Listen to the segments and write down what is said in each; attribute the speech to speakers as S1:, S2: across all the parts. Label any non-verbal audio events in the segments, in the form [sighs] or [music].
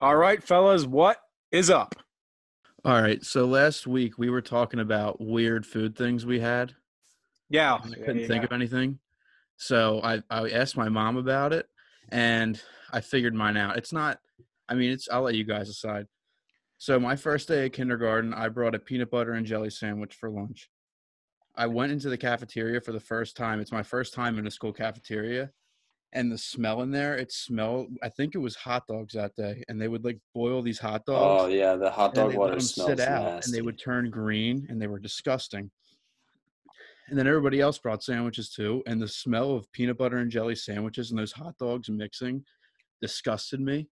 S1: All right, fellas, what is up?
S2: All right. So last week we were talking about weird food things we had.
S1: Yeah.
S2: and I couldn't think of anything. So I, I asked my mom about it and I figured mine out. It's not, I mean, it's, I'll let you guys decide. So my first day at kindergarten, I brought a peanut butter and jelly sandwich for lunch. I went into the cafeteria for the first time. It's my first time in a school cafeteria. And the smell in there, it smelled, I think it was hot dogs that day. And they would like boil these hot dogs.
S3: Oh yeah, the
S2: And
S3: hot
S2: then
S3: dog
S2: they let
S3: water
S2: 'em
S3: smells
S2: sit out,
S3: nasty.
S2: and they
S3: [laughs]
S2: would turn green, and they were disgusting. And then everybody else brought sandwiches too, and the smell of peanut butter and jelly sandwiches and those hot dogs mixing disgusted me,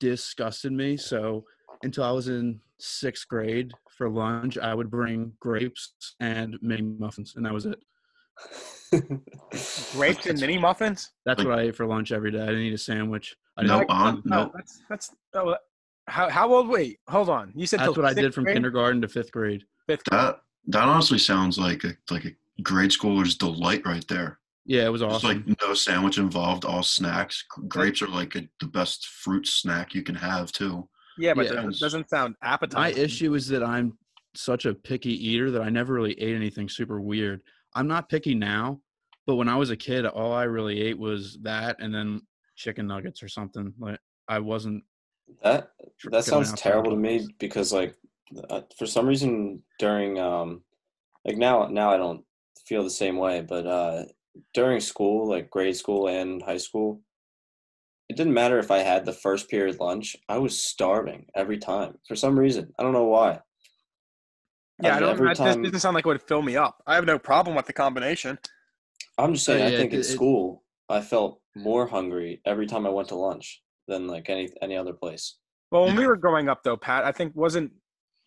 S2: disgusted me. So until I was in sixth grade for lunch, I would bring grapes and mini muffins, and that was it.
S1: Grapes and mini muffins?
S2: That's what I ate for lunch every day. I didn't eat a sandwich. I didn't-
S4: No
S1: Like,
S4: bond? Nope.
S1: That's that's oh, how how old? Wait, hold on. You said
S2: that's
S1: till
S2: what I
S1: sixth
S2: did from
S1: grade?
S2: kindergarten to fifth grade.
S1: Fifth grade.
S4: That that honestly sounds like a like a grade schooler's delight right there.
S2: Yeah, it was
S4: It's
S2: awesome.
S4: like no sandwich involved, all snacks. G- Grapes are like a, the best fruit snack you can have too.
S1: yeah, but
S2: yeah.
S1: that doesn't sound
S2: My
S1: appetizing.
S2: issue is that I'm such a picky eater that I never really ate anything super weird. I'm not picky now, but when I was a kid, all I really ate was that and then chicken nuggets or something. Like I wasn't.
S3: that
S2: tr- going
S3: that sounds
S2: outside
S3: terrible to
S2: the
S3: me
S2: box.
S3: because like uh, for some reason during um like now now I don't feel the same way, but uh during school, like grade school and high school, it didn't matter if I had the first period lunch. I was starving every time for some reason. I don't know why.
S1: yeah, I don't.
S3: Every
S1: I, this
S3: time-
S1: doesn't sound like it would fill me up. I have no problem with the combination.
S3: I'm just saying.
S2: Oh,
S3: I
S2: yeah,
S3: think
S2: it-
S3: in
S2: it-
S3: school, I felt more hungry every time I went to lunch than like any any other place.
S1: Well, when
S4: Yeah.
S1: we were growing up, though, Pat, I think wasn't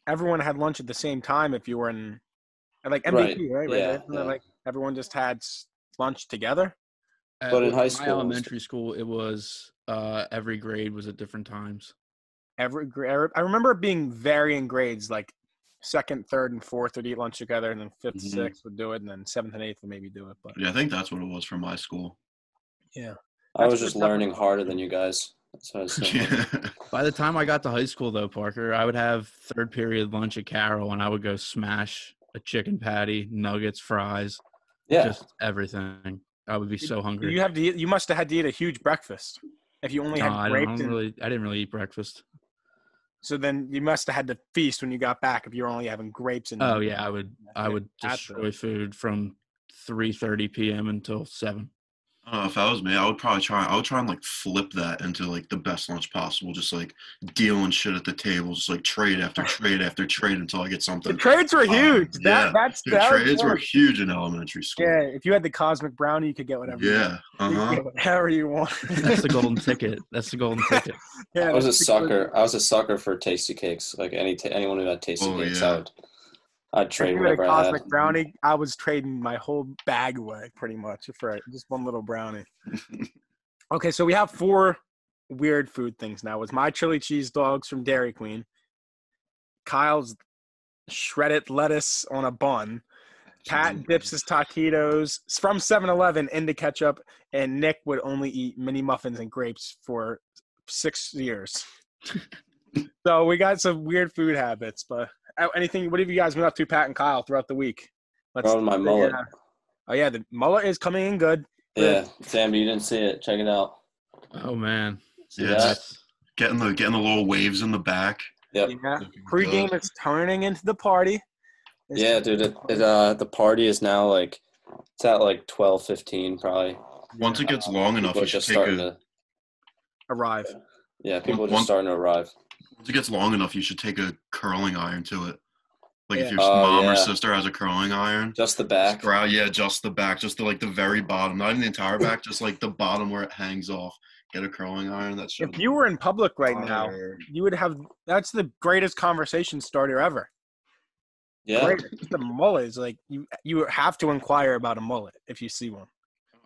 S1: everyone had lunch at the same time if you were in like MVP, right?
S3: Right.
S1: right?
S3: Yeah,
S1: Isn't that
S3: yeah.
S1: Like everyone just had s- lunch together.
S2: At
S3: But in high
S2: my
S3: school-
S2: elementary school, it was uh, every grade was at different times.
S1: Every gra- I remember it being varying grades, like second, third, and fourth would eat lunch together, and then 5th
S2: Mm-hmm.
S3: Mhm.
S1: sixth would do it, and then seventh and eighth would maybe do it. But
S4: Yeah, I think that's what it was for my school.
S3: I
S1: That's
S3: was
S1: what
S3: just
S1: happened.
S3: learning harder than you guys. That's what I was saying.
S4: Yeah. [laughs]
S2: By the time I got to high school, though, Parker, I would have third period lunch at Carroll, and I would go smash a chicken patty, nuggets, fries,
S3: yeah.
S2: just everything. I would be so hungry.
S1: you have to, eat, you must have had to eat a huge breakfast if you only
S2: No,
S1: had
S2: I, don't, I
S1: grapes.
S2: don't
S1: and-
S2: really. I didn't really eat breakfast.
S1: So then you must have had to feast when you got back if you're only having grapes and.
S2: Oh yeah, I would. I
S1: Okay,
S2: would
S1: at the-
S2: destroy food from three thirty p.m.
S1: [laughs]
S2: until seven.
S4: I don't know if that was me. I would probably try. I would try and like flip that into like the best lunch possible. Just like dealing shit at the table. Just like trade
S1: [laughs]
S4: after trade after trade until I get
S1: The
S4: something.
S1: trades were
S4: Um,
S1: huge.
S4: yeah.
S1: that that's
S4: Dude,
S1: that was
S4: trades were
S1: worse.
S4: huge in elementary school.
S1: Yeah, if you had the cosmic brownie, you could get whatever. you want.
S4: Yeah. Uh
S1: You could
S4: huh.
S1: get whatever you want.
S2: That's the golden ticket. That's the golden ticket.
S1: [laughs] Yeah,
S3: I was a
S1: that's the-
S3: sucker. I was a sucker for tasty cakes. Like any t- anyone who had tasty
S4: Oh,
S3: cakes,
S4: yeah.
S3: I would I'd
S1: If
S3: trade
S1: you had a
S3: whatever I had.
S1: cosmic brownie, I was trading my whole bag away, pretty much, for it- just one little
S3: [laughs]
S1: brownie. okay, so we have four weird food things now. It Was my chili cheese dogs from Dairy Queen, Kyle's shredded lettuce on a bun, Pat dips his taquitos from 7-Eleven into ketchup, and Nick would only eat mini muffins and grapes for six years. so we got some weird food habits, but uh, anything? What have you guys been up to, Pat and Kyle, throughout the week? Let's.
S3: Growing my mullet.
S1: Yeah. Oh yeah, the mullet is coming in good.
S3: Yeah, damn, you didn't see it. Check it out.
S2: Oh man,
S3: See
S4: Yeah,
S3: that?
S2: that's
S4: Getting the getting the little waves in the back.
S3: Yep. Mm-hmm.
S1: Yeah,
S4: Looking
S1: pre-game
S4: good.
S1: is turning into the party. It's-
S3: Yeah, dude. It, it, uh, the party is now like it's at like twelve fifteen probably.
S4: Once it gets long enough,
S3: Um, People are
S4: you should
S3: just
S4: take
S3: starting
S4: a.
S3: to.
S1: arrive.
S3: Yeah, people are
S4: One-
S3: just starting to arrive.
S4: Once it gets long enough, you should take a curling iron to it. Like
S1: Yeah.
S4: if your
S3: Oh,
S4: mom or
S3: yeah.
S4: sister has a curling iron.
S3: Just the back.
S4: Sprout, yeah, just the back, just the like the very bottom, not even the entire back, just like the bottom where it hangs off. Get a curling iron. That shit.
S1: If you were in public right now, you would have. That's the greatest conversation starter ever.
S3: Yeah.
S1: Great. The mullet is like you. You have to inquire about a mullet if you see one.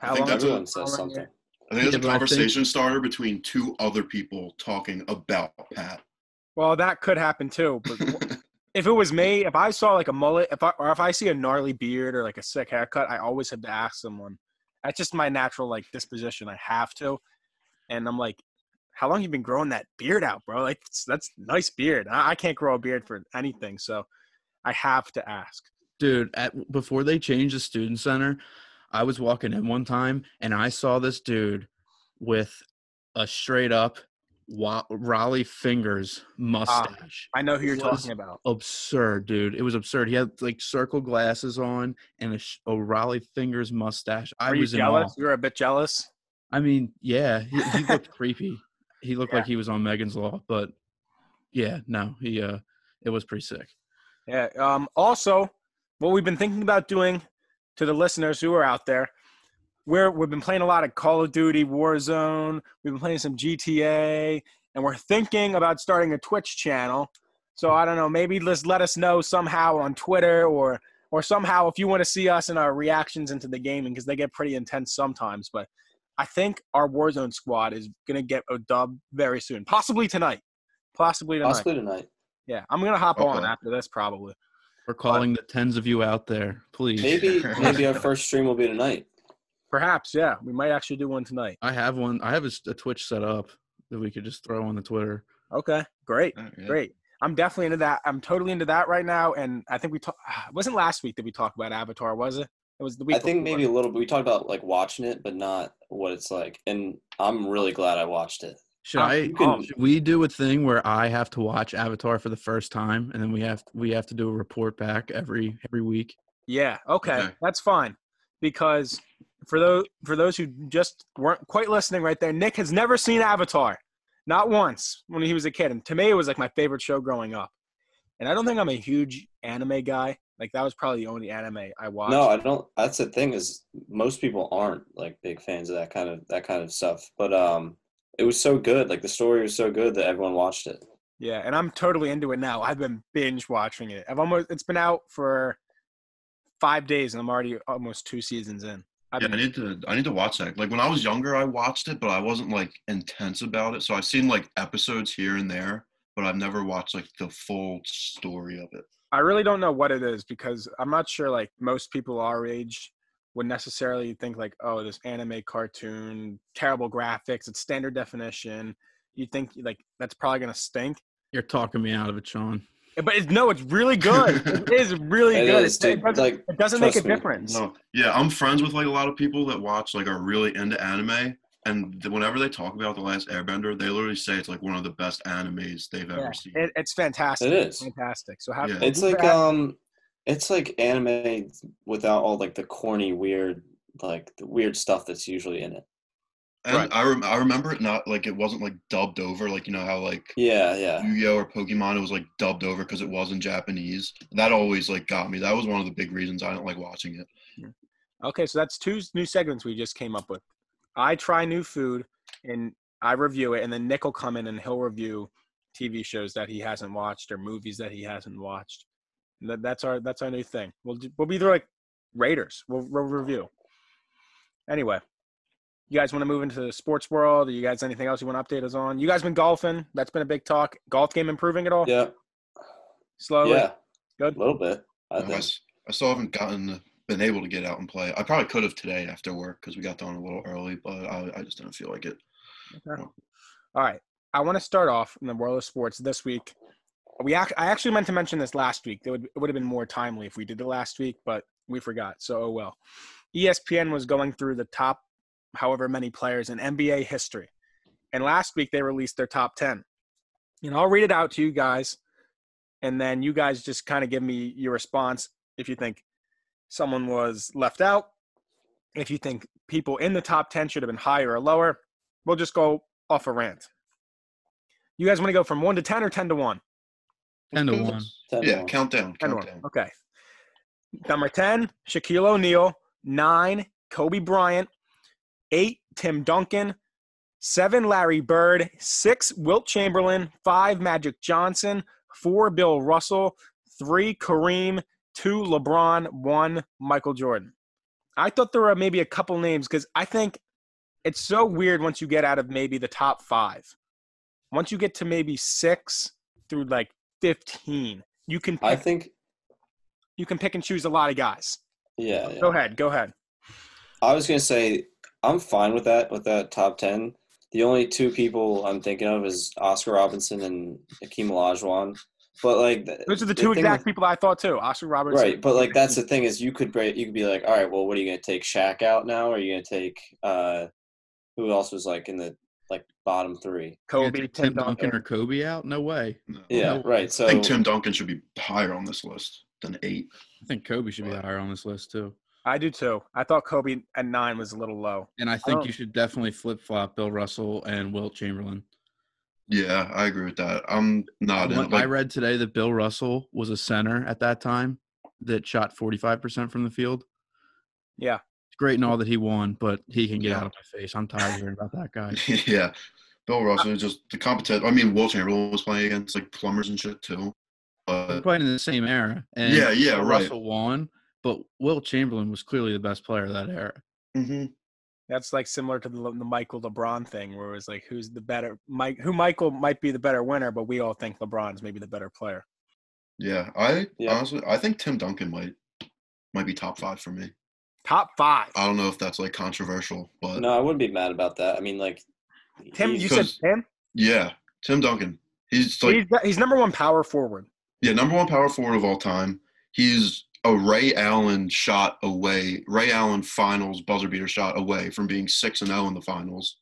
S4: I think that's a-
S3: Everyone says something.
S4: I think
S2: Yeah, but
S4: it's a
S2: I think-
S4: conversation starter between two other people talking about Pat.
S1: Well, that could happen too.
S3: [laughs]
S1: But if it was me, if I saw like a mullet, if I or if I see a gnarly beard or like a sick haircut, I always have to ask someone. That's just my natural like disposition. I have to, and I'm like, how long you been growing that beard out, bro? Like that's, that's nice beard. I, I can't grow a beard for anything, so I have to ask.
S2: dude at, before they changed the student center i was walking in one time and i saw this dude with a straight up Wa- raleigh fingers
S1: Ah.
S2: mustache
S1: I know who you're
S2: What is-
S1: talking about.
S2: absurd dude it was absurd he had like circle glasses on and a, sh- a raleigh fingers mustache i
S1: Are you
S2: was in
S1: jealous?
S2: awe.
S1: You're a bit jealous.
S2: i mean yeah he,
S3: [laughs]
S2: he looked creepy he looked
S1: Yeah.
S2: like he was on megan's law but yeah no he uh it was pretty sick
S1: Yeah. Um, also, what we've been thinking about doing to the listeners who are out there, we're, we've been playing a lot of Call of Duty, Warzone. We've been playing some GTA, and we're thinking about starting a Twitch channel. So I don't know. Maybe just let us know somehow on Twitter or or somehow if you want to see us and our reactions into the gaming because they get pretty intense sometimes. But I think our Warzone squad is gonna get a dub very soon, possibly tonight, possibly tonight.
S3: Possibly tonight.
S1: Yeah, I'm gonna hop on
S4: Uh-oh.
S1: after this probably.
S2: we're calling the tens of you out there please
S3: Maybe maybe our first stream will be tonight.
S1: Perhaps, yeah. We might actually do one tonight.
S2: I have one. I have a, s- a Twitch set up that we could just throw on the Twitter.
S1: Okay, great,
S4: All
S3: Mm-hmm.
S4: right.
S1: great. I'm definitely into that. I'm totally into that right now. And I think we talked. [sighs] It wasn't last week that we talked about Avatar, was it? It was the week.
S3: I think
S1: before.
S3: maybe a little bit. We talked about like watching it, but not what it's like. And I'm really glad I watched it.
S2: Should
S1: Uh,
S2: I?
S3: Oh, you can-
S2: should we do a thing where I have to watch Avatar for the first time, and then we have we have to do a report back every every week?
S1: Yeah. Okay,
S4: Okay.
S1: that's fine. Because for those for those who just weren't quite listening right there, Nick has never seen Avatar, not once when he was a kid. And to me, it was like my favorite show growing up. And I don't think I'm a huge anime guy. Like that was probably the only anime I watched.
S3: No, I don't. That's the thing is most people aren't like big fans of that kind of that kind of stuff. But um, it was so good. Like the story was so good that everyone watched it.
S1: Yeah, and I'm totally into it now. I've been binge watching it. I've almost it's been out for five days, and I'm already almost two seasons in. I've
S4: Yeah, I
S1: been,
S4: need to. I need to watch that. Like when I was younger, I watched it, but I wasn't like intense about it. So I've seen like episodes here and there, but I've never watched like the full story of it.
S1: I really don't know what it is because I'm not sure. Like most people our age would necessarily think like, oh, this anime cartoon, terrible graphics, it's standard definition. You think like that's probably gonna stink,
S2: You're talking me out of it, Sean.
S1: but it's, no, it's really good.
S3: [laughs]
S1: it is really
S3: It
S1: good.
S3: is,
S1: It- it
S3: dude.
S1: doesn't-
S3: Like
S1: it doesn't make a
S3: trust me.
S1: difference.
S4: No, yeah, I'm friends with like a lot of people that watch like are really into anime, and th- whenever they talk about the Last Airbender, they literally say it's like one of the best animes they've
S1: Yeah,
S4: ever seen.
S1: it, it's fantastic.
S3: It is.
S1: fantastic. So how
S4: Yeah.
S3: It's like um, it's like anime without all like the corny, weird, like the weird stuff that's usually in it.
S4: and
S1: right.
S4: I rem- I remember it not like it wasn't like dubbed over, like you know how like
S3: Yeah, yeah.
S4: Yu-Gi-Oh or Pokemon it was like dubbed over because it was in Japanese. That always like got me. That was one of the big reasons I don't like watching it.
S1: Okay, so that's two s- new segments we just came up with. I try new food and I review it, and then Nick will come in and he'll review TV shows that he hasn't watched or movies that he hasn't watched. And That, that's our that's our new thing. We'll do, we'll be there like Raiders. We'll, we'll review. Anyway, you guys want to move into the sports world? Or you guys anything else you want to update us on? You guys been golfing? That's been a big talk. Golf game improving at all?
S3: Yeah,
S1: Slowly.
S3: yeah.
S1: Good.
S3: A little bit. I
S4: Um, I,
S3: think.
S4: s- I still haven't gotten been able to get out and play. I probably could have today after work because we got done a little early, but I, I just didn't feel like it.
S1: All right. I want to start off in the world of sports this week. We act- I actually meant to mention this last week. It would, it would have been more timely if we did it last week, but we forgot. So, oh well. ESPN was going through the top, however many players in NBA history. And last week they released their top 10. And I'll read it out to you guys. And then you guys just kind of give me your response if you think someone was left out, if you think people in the top 10 should have been higher or lower. We'll just go off a rant. You guys want to go from one to ten or ten to one?
S2: Ten to one.
S3: Ten
S4: Yeah,
S3: more.
S4: countdown,
S1: Ten to one.
S4: countdown.
S1: Okay. Number ten, Shaquille O'Neal. Nine, Kobe Bryant. Eight, Tim Duncan. Seven, Larry Bird. Six, Wilt Chamberlain. Five, Magic Johnson. Four, Bill Russell. Three, Kareem. Two, LeBron. One, Michael Jordan. I thought there were maybe a couple names because I think it's so weird once you get out of maybe the top five. Once you get to maybe six through like 15, you can
S3: I
S1: pick
S3: think.
S1: you can pick and choose a lot of guys.
S3: Yeah, yeah.
S1: Go ahead, go ahead.
S3: I was gonna say I'm fine with that with that top ten. The only two people I'm thinking of is Oscar Robinson and Akeem Olajuwon. But like th-
S1: Those are the
S3: the
S1: two
S3: thing
S1: exact
S3: with-
S1: people I thought too. Oscar Robertson.
S3: right, but like that's the thing is you could break, you could be like, all right, well, what are you gonna take Shaq out now? Or are you gonna take uh, who else was like in the like bottom three?
S2: You're
S1: Kobe,
S2: gonna take
S1: Tim
S2: Duncan,
S1: Duncan.
S2: or Kobe out? No way.
S4: No.
S3: Yeah,
S2: no.
S3: right. So
S4: I think Tim Duncan should be higher on this list than eight.
S2: I think Kobe should be
S4: Right.
S2: higher on this list too.
S1: I do too. I thought Kobe at nine was a little low.
S2: And I think
S1: don't-
S2: you should definitely flip flop Bill Russell and Wilt Chamberlain.
S4: Yeah, I agree with that. Oh, I'm not in.
S2: What- I
S4: Like,
S2: read today that Bill Russell was a center at that time that shot 45% from the field.
S1: Yeah.
S2: It's great and all that he won, but he can get
S4: Yeah.
S2: out of my face. I'm tired of hearing about that
S4: [laughs]
S2: guy.
S4: [laughs] yeah, Bill Russell is just the competition. I mean, Will Chamberlain was playing against like plumbers and shit too.
S2: We're
S4: But
S2: playing in the same era. And
S4: Yeah, yeah,
S2: Bill
S4: right.
S2: Russell won, but Will Chamberlain was clearly the best player of that era.
S4: Mhm.
S1: That's like similar to the, Le- the Michael LeBron thing, where it was like, who's the better Mike? Who Michael might be the better winner, but we all think LeBron's maybe the better player.
S4: yeah, I
S3: Yeah.
S4: honestly, I think Tim Duncan might might be top five for me.
S1: Top five.
S4: I don't know if that's like controversial, but
S3: no, I wouldn't be mad about that. I mean, like
S1: Tim,
S3: he's-
S1: you said
S4: Because-
S1: Tim.
S4: yeah, Tim Duncan. He's like
S1: He's, he's number one power forward.
S4: Yeah, number one power forward of all time. He's a Ray Allen shot away, Ray Allen finals buzzer beater shot away from being six and zero in the finals.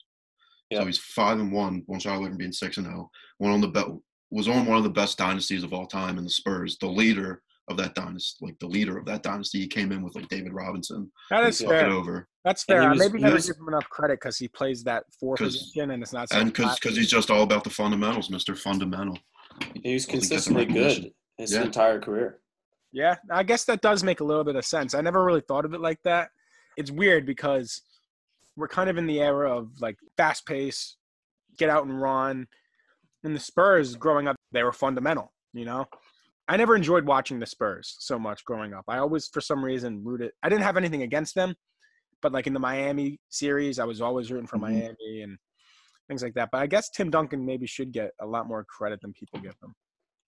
S3: Yeah.
S4: So he's five and one, one shot away from being six and zero. One on the be- was on one of the best dynasties of all time in the Spurs. The leader of that dynasty, like the leader of that dynasty, he came in with like David Robinson.
S1: That
S4: He
S1: is
S4: took it
S1: fair.
S4: over,
S1: That's
S3: And he
S1: fair. I
S3: was-
S1: maybe
S3: he
S1: never
S3: was-
S1: give him enough credit because he plays that four
S4: 'Cause-
S1: position, and it's not. so
S4: and because
S1: flat.
S4: because he's just all about the fundamentals, Mister Fundamental.
S3: he was
S4: I think that's a
S3: consistently good
S4: recognition.
S3: his
S4: Yeah.
S3: entire career.
S1: Yeah, I guess that does make a little bit of sense. I never really thought of it like that. It's weird because we're kind of in the era of like fast pace, get out and run. And the Spurs growing up, they were fundamental, you know? I never enjoyed watching the Spurs so much growing up. I always, for some reason, rooted. I didn't have anything against them, but like in the Miami series, I was always rooting for
S4: Mhm.
S1: Miami and things like that. But I guess Tim Duncan maybe should get a lot more credit than people give him.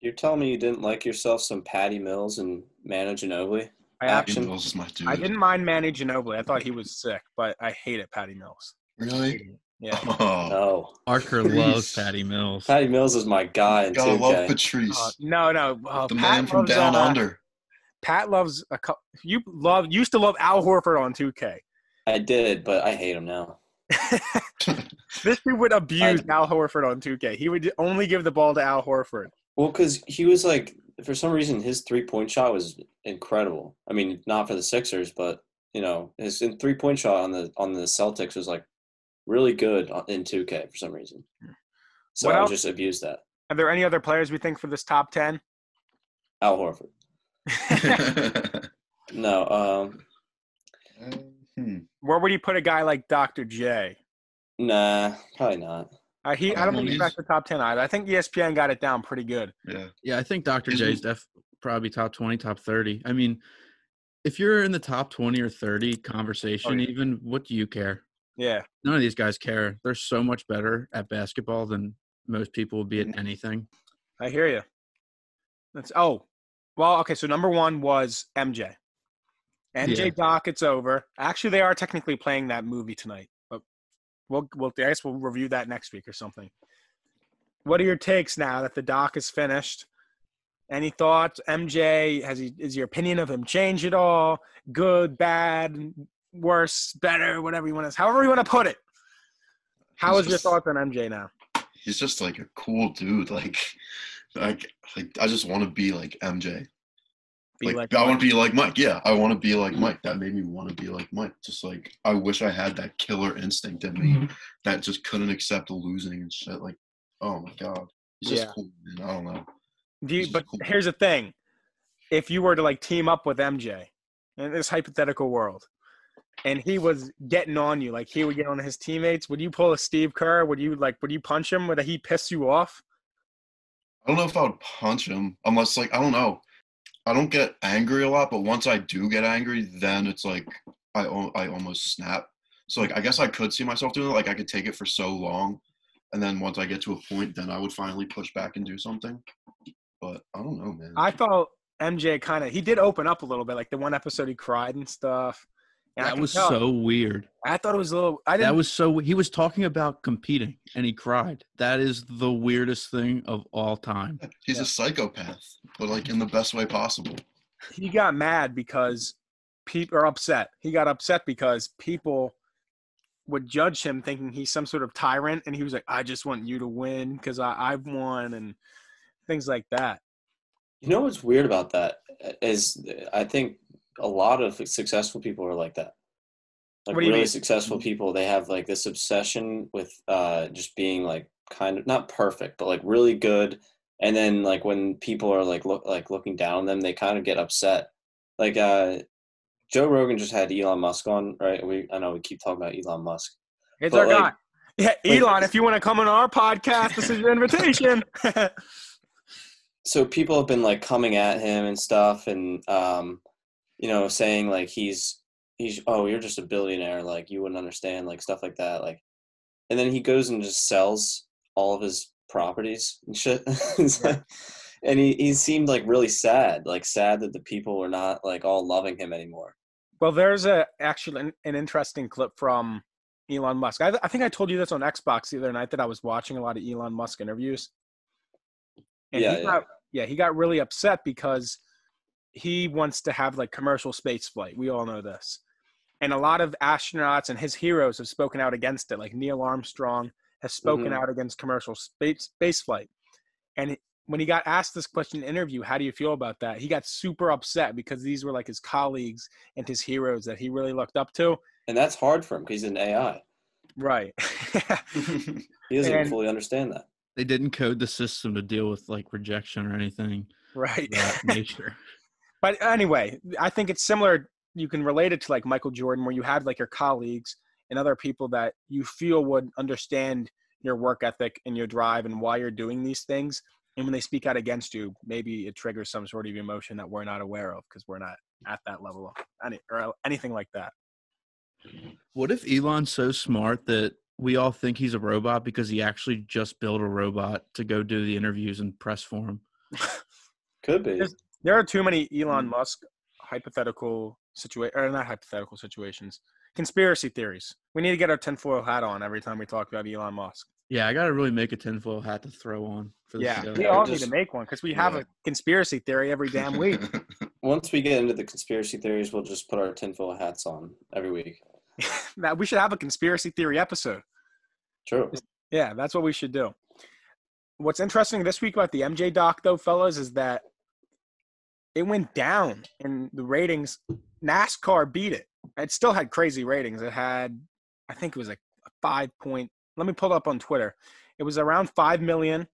S3: You're telling me you didn't like yourself some Patty Mills and Manu Ginobili?
S1: I
S3: Yeah.
S1: actually
S4: Patty Mills is my dude.
S1: I didn't mind Manny Ginobili. I thought he was sick, but I hated Patty Mills.
S4: really.
S1: Yeah.
S4: Oh,
S3: No,
S2: Archer loves
S4: Please.
S2: Patty Mills.
S3: Patty Mills is my guy in
S4: gotta love
S3: 2K.
S4: Patrice.
S1: Uh, no, no. Uh,
S4: the
S1: Pat
S4: man from
S1: loves,
S4: down
S1: uh,
S4: under.
S1: [laughs]
S4: [laughs]
S1: Pat loves a couple. You love used to love Al Horford on 2K.
S3: I did, but I hate him now.
S1: This dude would abuse
S3: I-
S1: Al Horford on 2K. He would only give the ball to Al Horford.
S3: Well, because he was like, for some reason, his three point shot was incredible. I mean, not for the Sixers, but you know, his three point shot on the on the Celtics was like really good on- in 2K for some reason. So
S1: What
S3: I
S1: else?
S3: just abused that.
S1: Are there any other players we think for this top
S4: [laughs]
S1: 10?
S3: Al Horford.
S4: Uh,
S1: [laughs]
S3: No, um,
S4: Hmm.
S1: Where would you put a guy like Dr. J?
S3: nah, probably not.
S1: Uh, he, I don't think
S4: Well,
S1: he's
S4: he's-
S1: back to top 10 either. I think E ESPN got it down pretty good.
S4: Yeah.
S2: Yeah, I think Dr.
S1: Mm-hmm.
S4: Isn't-
S2: J's def probably top 20, top 30. I mean, if you're in the top 20 or 30 conversation,
S1: Oh, yeah.
S2: even, what do you care?
S1: Yeah.
S2: None of these guys care. They're so much better at basketball than most people would
S1: Mm-hmm.
S2: be at anything.
S1: I hear you. That's oh, well, okay. So number one was MJ. MJ
S2: Yeah.
S1: Doc, it's over. Actually, they are technically playing that movie tonight, but we'll, we'll I guess we'll review that next week or something. What are your takes now that the doc is finished? Any thoughts? MJ has he, is your opinion of him change at all? Good, bad, worse, better, whatever you want to, however you want to put it. How
S4: It's
S1: is your
S4: just-
S1: thoughts on MJ now?
S4: He's just like a cool dude. Like, like, like I just want to be like MJ.
S1: Be
S4: like,
S1: like
S4: I
S1: Mike. Mm-hmm.
S4: want to be like Mike. Yeah, I want to be like Mike. That made me want to be like Mike. Just like I wish I had that killer instinct in me
S1: Mm-hmm.
S4: that just couldn't accept losing and shit. Like, oh my god, he's just
S1: Yeah.
S4: cool. Man. I don't know.
S1: Do you,
S4: He's
S1: but
S4: cool.
S1: here's the thing: if you were to like team up with MJ in this hypothetical world, and he was getting on you, like he would get on his teammates, would you pull a Steve Kerr? Would you like? Would you punch him? Would he piss you off?
S4: I don't know if I would punch him unless like I don't know. I don't get angry a lot, but once I do get angry, then it's like I al- I almost snap. So like I guess I could see myself doing it. Like I could take it for so long, and then once I get to a point, then I would finally push back and do something. But I don't know, man.
S1: I thought MJ kind of he did open up a little bit, like the one episode he cried and stuff, And I
S2: that
S1: can
S2: was
S1: tell-
S2: so weird.
S1: I thought it was a little. I didn't.
S2: That was so. He was talking about competing, and he cried. That is the weirdest thing of all time.
S4: He's
S1: Yeah.
S4: a psychopath, but like in the best way possible.
S1: he got mad because people are upset. He got upset because people would judge him thinking he's some sort of tyrant, and he was like, "I just want you to win because I I've won and things like that."
S3: You know what's weird about that uh, is I think a lot of successful people are like that. Like
S1: What do you
S3: really
S1: mean? Mm-hmm.
S3: successful people, they have like this obsession with uh, just being like kind of not perfect, but like really good. And then like when people are like look like looking down on them, they kind of get upset. Like uh, Joe Rogan just had Elon Musk on, right? We I know we keep talking about Elon Musk.
S1: It's
S3: But,
S1: our
S3: like-
S1: guy. Yeah,
S3: like-
S1: Elon, if you want to come on our podcast, this is your invitation. [laughs]
S3: so people have been like coming at him and stuff and um you know saying like he's he's oh you're just a billionaire like you wouldn't understand like stuff like that like and then he goes and just sells all of his properties and shit [laughs] It's like- and he, he seemed like really sad like sad that the people were not like all loving him anymore
S1: well, there's a actually an, an interesting clip from Elon Musk. I, I think I told you this on Xbox the other night that I was watching a lot of Elon Musk interviews. And
S3: Yeah,
S1: he
S3: yeah.
S1: got yeah, he got really upset because he wants to have like commercial space flight. We all know this. And a lot of astronauts and his heroes have spoken out against it. Like Neil Armstrong has spoken
S3: Mhm.
S1: out against commercial space space flight. And when he got asked this question in an interview, how do you feel about that? He got super upset because these were like his colleagues and his heroes that he really looked up to.
S3: and that's hard for him because he's an ai
S1: Right. [laughs]
S4: [laughs]
S3: he doesn't
S1: And-
S3: fully understand that
S2: They didn't code the system to deal with like rejection or anything
S1: right. [laughs]
S2: of that nature.
S1: But anyway, I think it's similar. You can relate it to like Michael Jordan, where you had like your colleagues and other people that you feel would understand your work ethic and your drive and why you're doing these things. And when they speak out against you, maybe it triggers some sort of emotion that we're not aware of because we're not at that level of any, or anything like that.
S2: What if Elon's so smart that we all think he's a robot because he actually just built a robot to go do the interviews and press for him?
S3: could be
S1: There's- There are too many Elon Musk hypothetical situation or not hypothetical situations, conspiracy theories. We need to get our tinfoil hat on every time we talk about Elon Musk.
S2: Yeah, I gotta really make a tinfoil hat to throw on for this
S1: Yeah,
S2: show.
S1: we
S3: Yeah,
S1: all
S3: we
S1: need
S3: just-
S1: to make one because we have
S4: yeah.
S1: a conspiracy theory
S4: [laughs]
S1: every damn week. [laughs]
S3: once we get into the conspiracy theories we'll just put our tinfoil hats on every week
S1: Now, we should have a conspiracy theory episode.
S3: true
S1: Yeah, that's what we should do. What's interesting this week about the MJ doc, though, fellas, is that it went down in the ratings. NASCAR beat it. It still had crazy ratings. It had, I think it was like a five point. Let me pull it up on Twitter. It was around five million,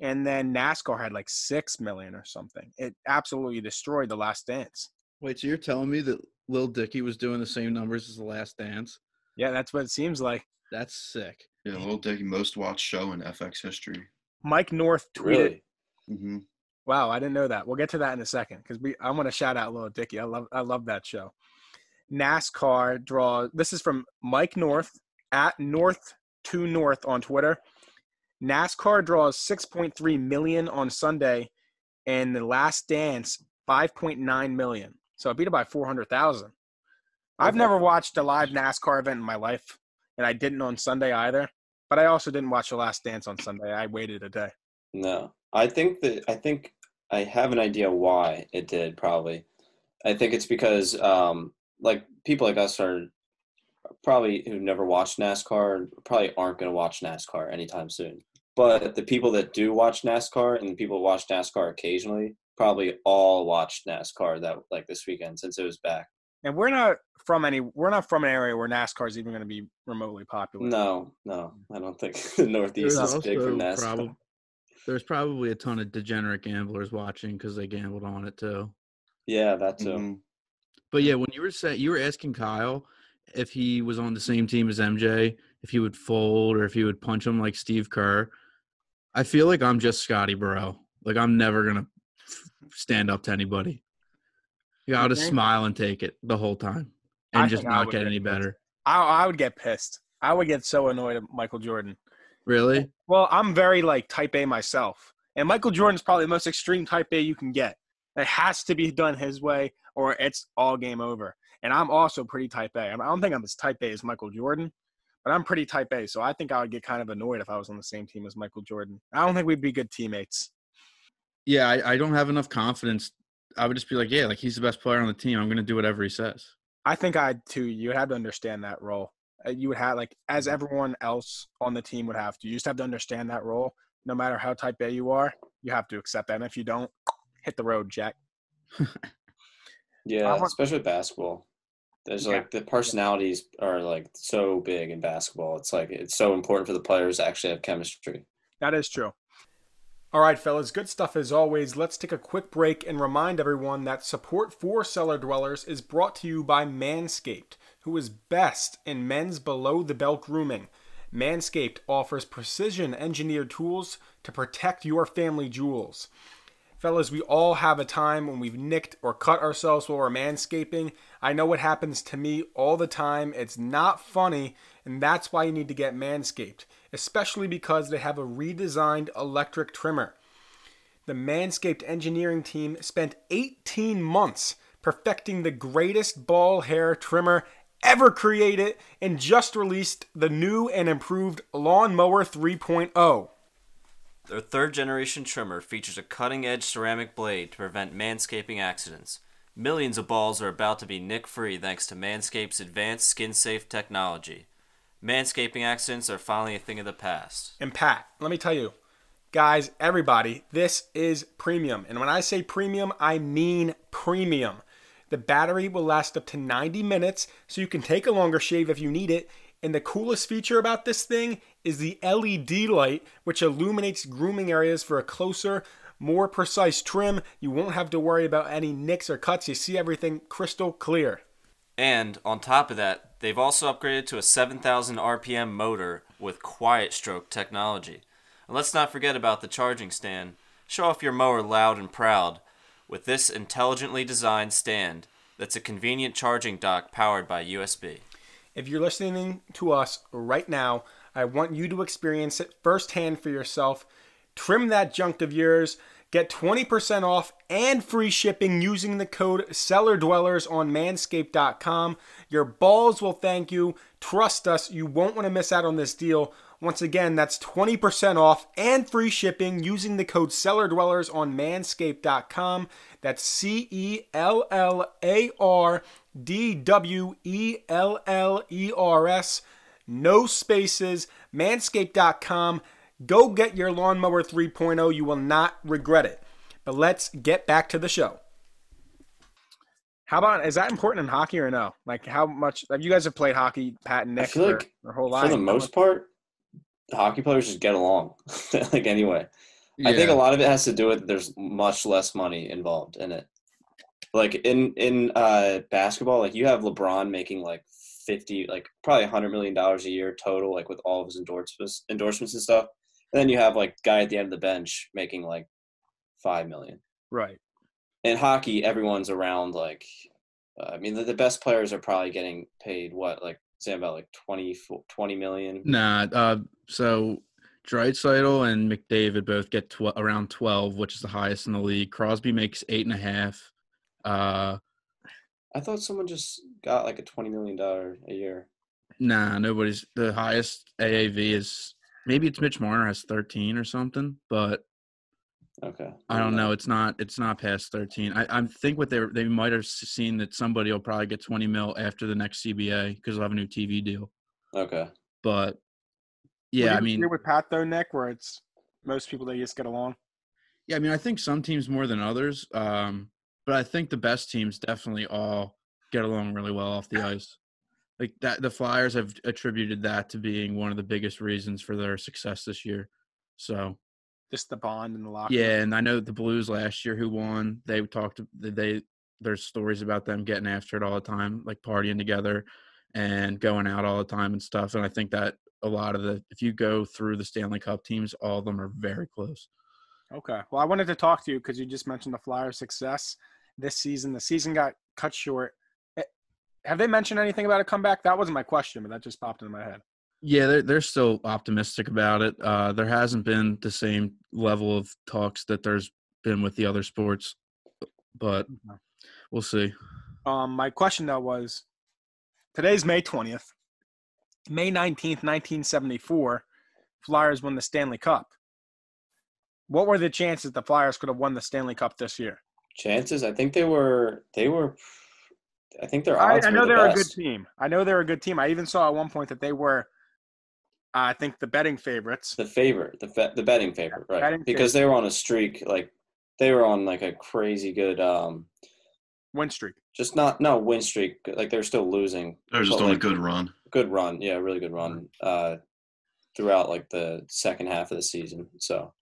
S1: and then NASCAR had like six million or something. It absolutely destroyed the Last Dance.
S2: Wait, so you're telling me that Lil Dicky was doing the same numbers as the last dance?
S1: Yeah, that's what it seems like.
S2: That's sick.
S4: yeah, Little Dicky, most watched show in FX history.
S1: Mike North tweeted.
S3: really
S4: hmm
S1: Wow, I didn't know that. We'll get to that in a second because we. I want to shout out Little Dicky. I love. I love that show. NASCAR draw. This is from Mike North at North to North on Twitter. NASCAR draws 6.3 million on Sunday, and the Last Dance 5.9 million. So I beat it by 400,000. I've
S3: Okay.
S1: never watched a live NASCAR event in my life, and I didn't on Sunday either. But I also didn't watch the Last Dance on Sunday. I waited a day.
S3: No, I think that I think I have an idea why it did probably. I think it's because um, like people like us are probably who've never watched NASCAR probably aren't going to watch NASCAR anytime soon. But the people that do watch NASCAR and the people who watch NASCAR occasionally probably all watched NASCAR that like this weekend since it was back.
S1: and we're not from any we're not from an area where NASCAR is even going to be remotely popular.
S3: No, no, I don't think [laughs] the Northeast
S2: There's
S3: is big for
S2: also
S3: NASCAR.
S2: prob- there's probably a ton of degenerate gamblers watching because they gambled on it too.
S3: Yeah, that too.
S4: hmm
S2: But yeah, when you were saying you were asking Kyle if he was on the same team as MJ, if he would fold or if he would punch him like Steve Kerr, I feel like I'm just Scotty Burrow. Like I'm never gonna f- stand up to anybody. You gotta
S1: think?
S2: smile and take it the whole time,
S1: I
S2: and just
S1: think I
S2: not
S1: would
S2: get
S1: get
S2: any
S1: pissed.
S2: better.
S1: I, I would get pissed. I would get so annoyed at Michael Jordan.
S2: Really?
S1: Well, I'm very like type A myself, and Michael Jordan's probably the most extreme type A you can get. It has to be done his way, or it's all game over. and I'm also pretty type A. I mean, I don't think I'm as type A as Michael Jordan, but I'm pretty type A. So I think I would get kind of annoyed if I was on the same team as Michael Jordan. I don't think we'd be good teammates.
S2: Yeah, I, I don't have enough confidence. I would just be like, yeah, like he's the best player on the team. I'm going to do whatever he says.
S1: I think I too. You had to understand that role. Uh, You would have like as everyone else on the team would have to. You just have to understand that role. No matter how type A you are, you have to accept that. And if you don't, hit the road, Jack.
S3: Yeah,
S1: I want-
S3: especially basketball. There's
S1: Yeah.
S3: like the personalities are like so big in basketball. It's like it's so important for the players to actually have chemistry.
S1: That is true. All right, fellas, good stuff as always. Let's take a quick break and remind everyone that support for cellar dwellers is brought to you by Manscaped, who is best in men's below the belt grooming. Manscaped offers precision engineered tools to protect your family jewels. Fellas, we all have a time when we've nicked or cut ourselves while we're manscaping. I know it happens to me all the time. It's not funny, and that's why you need to get Manscaped, especially because they have a redesigned electric trimmer. The Manscaped engineering team spent 18 months perfecting the greatest ball hair trimmer ever created and just released the new and improved Lawnmower oh. 3.0.
S5: Their third generation trimmer features a cutting edge ceramic blade to prevent manscaping accidents. Millions of balls are about to be nick free thanks to Manscaped's advanced skin safe technology. Manscaping accidents are finally a thing of the past.
S1: And Pat, let me tell you, guys, everybody, this is premium. And when I say premium, I mean premium. The battery will last up to 90 minutes, so you can take a longer shave if you need it. And the coolest feature about this thing is the LED light, which illuminates grooming areas for a closer, more precise trim. You won't have to worry about any nicks or cuts. You see everything crystal clear.
S5: And on top of that, they've also upgraded to a 7,000 RPM motor with quiet stroke technology. And let's not forget about the charging stand. Show off your mower loud and proud with this intelligently designed stand that's a convenient charging dock powered by USB.
S1: If you're listening to us right now, I want you to experience it firsthand for yourself. Trim that junk of yours. Get 20% off and free shipping using the code SellerDwellers on manscaped.com. Your balls will thank you. Trust us, you won't want to miss out on this deal. Once again, that's 20% off and free shipping using the code SellerDwellers on manscaped.com. That's C E L L A R D W E L L E R S. No spaces, manscaped.com. Go get your lawnmower 3.0. You will not regret it. But let's get back to the show. How about is that important in hockey or no? Like how much like you guys have played hockey, Pat and
S3: I
S1: Nick,
S3: feel
S1: for
S3: like
S1: your whole
S3: For
S1: life?
S3: the
S1: How
S3: most part, hockey players just get along. [laughs] like anyway,
S2: Yeah.
S3: I think a lot of it has to do with there's much less money involved in it. Like in in uh, basketball, like you have LeBron making like fifty, like probably hundred million dollars a year total, like with all of his endorsements, endorsements and stuff. And then you have like guy at the end of the bench making like five million.
S1: Right.
S3: In hockey, everyone's around like, uh, I mean, the, the best players are probably getting paid what like Zamba like 20, 20 million.
S2: Nah. Uh, so Dreisaitl and McDavid both get tw- around twelve, which is the highest in the league. Crosby makes eight and a half. Uh,
S3: I thought someone just got like a twenty million dollar a year.
S2: nah, nobody's the highest AAV is maybe it's Mitch Marner has thirteen or something, but
S3: Okay,
S2: I don't know. It's not. It's not past thirteen. I, I think what they were- they might have s- seen that somebody will probably get twenty mil after the next CBA because they'll have a new TV deal.
S3: Okay,
S2: But
S1: Would
S2: yeah,
S1: you
S2: I mean,
S1: agree with Pat though, Nick, where it's most people they just get along.
S2: yeah, I mean, I think some teams more than others. Um, but I think the best teams definitely all get along really well off the ice. Like that, the Flyers have attributed that to being one of the biggest reasons for their success this year. So
S1: Just the bond and the locker. room.
S2: Yeah, and I know the Blues last year who won. They talked they there's stories about them getting after it all the time, like partying together and going out all the time and stuff. And I think that a lot of the if you go through the Stanley Cup teams, all of them are very close.
S1: Okay. Well, I wanted to talk to you because you just mentioned the Flyers' success this season. The season got cut short. Eh, Have they mentioned anything about a comeback? That wasn't my question, but that just popped into my head.
S2: Yeah, they're they're still optimistic about it. Uh, there hasn't been the same level of
S1: Mm-hmm.
S2: talks that there's been with the other sports, but we'll see.
S1: Um, my question though was, today's May twentieth, May nineteenth, nineteen seventy four, Flyers won the Stanley Cup. What were the chances the Flyers could have won the Stanley Cup this year?
S3: Chances, I think they were they were. I think their
S1: I,
S3: odds
S1: I know
S3: were the
S1: they're a
S3: best.
S1: good team. I know they're a good team. I even saw at one point that they were, uh, I think, the betting favorites.
S3: The favorite, the fe- the betting favorite, right?
S1: betting
S3: because they were on a streak, like they were on like a crazy good, um,
S1: Win streak.
S3: just not not win streak. Like they were still losing.
S4: They're just
S3: but,
S4: on a
S3: like,
S4: good run.
S3: good run, yeah, really good
S1: Mm-hmm.
S3: run. Uh, throughout like the second half of the season, so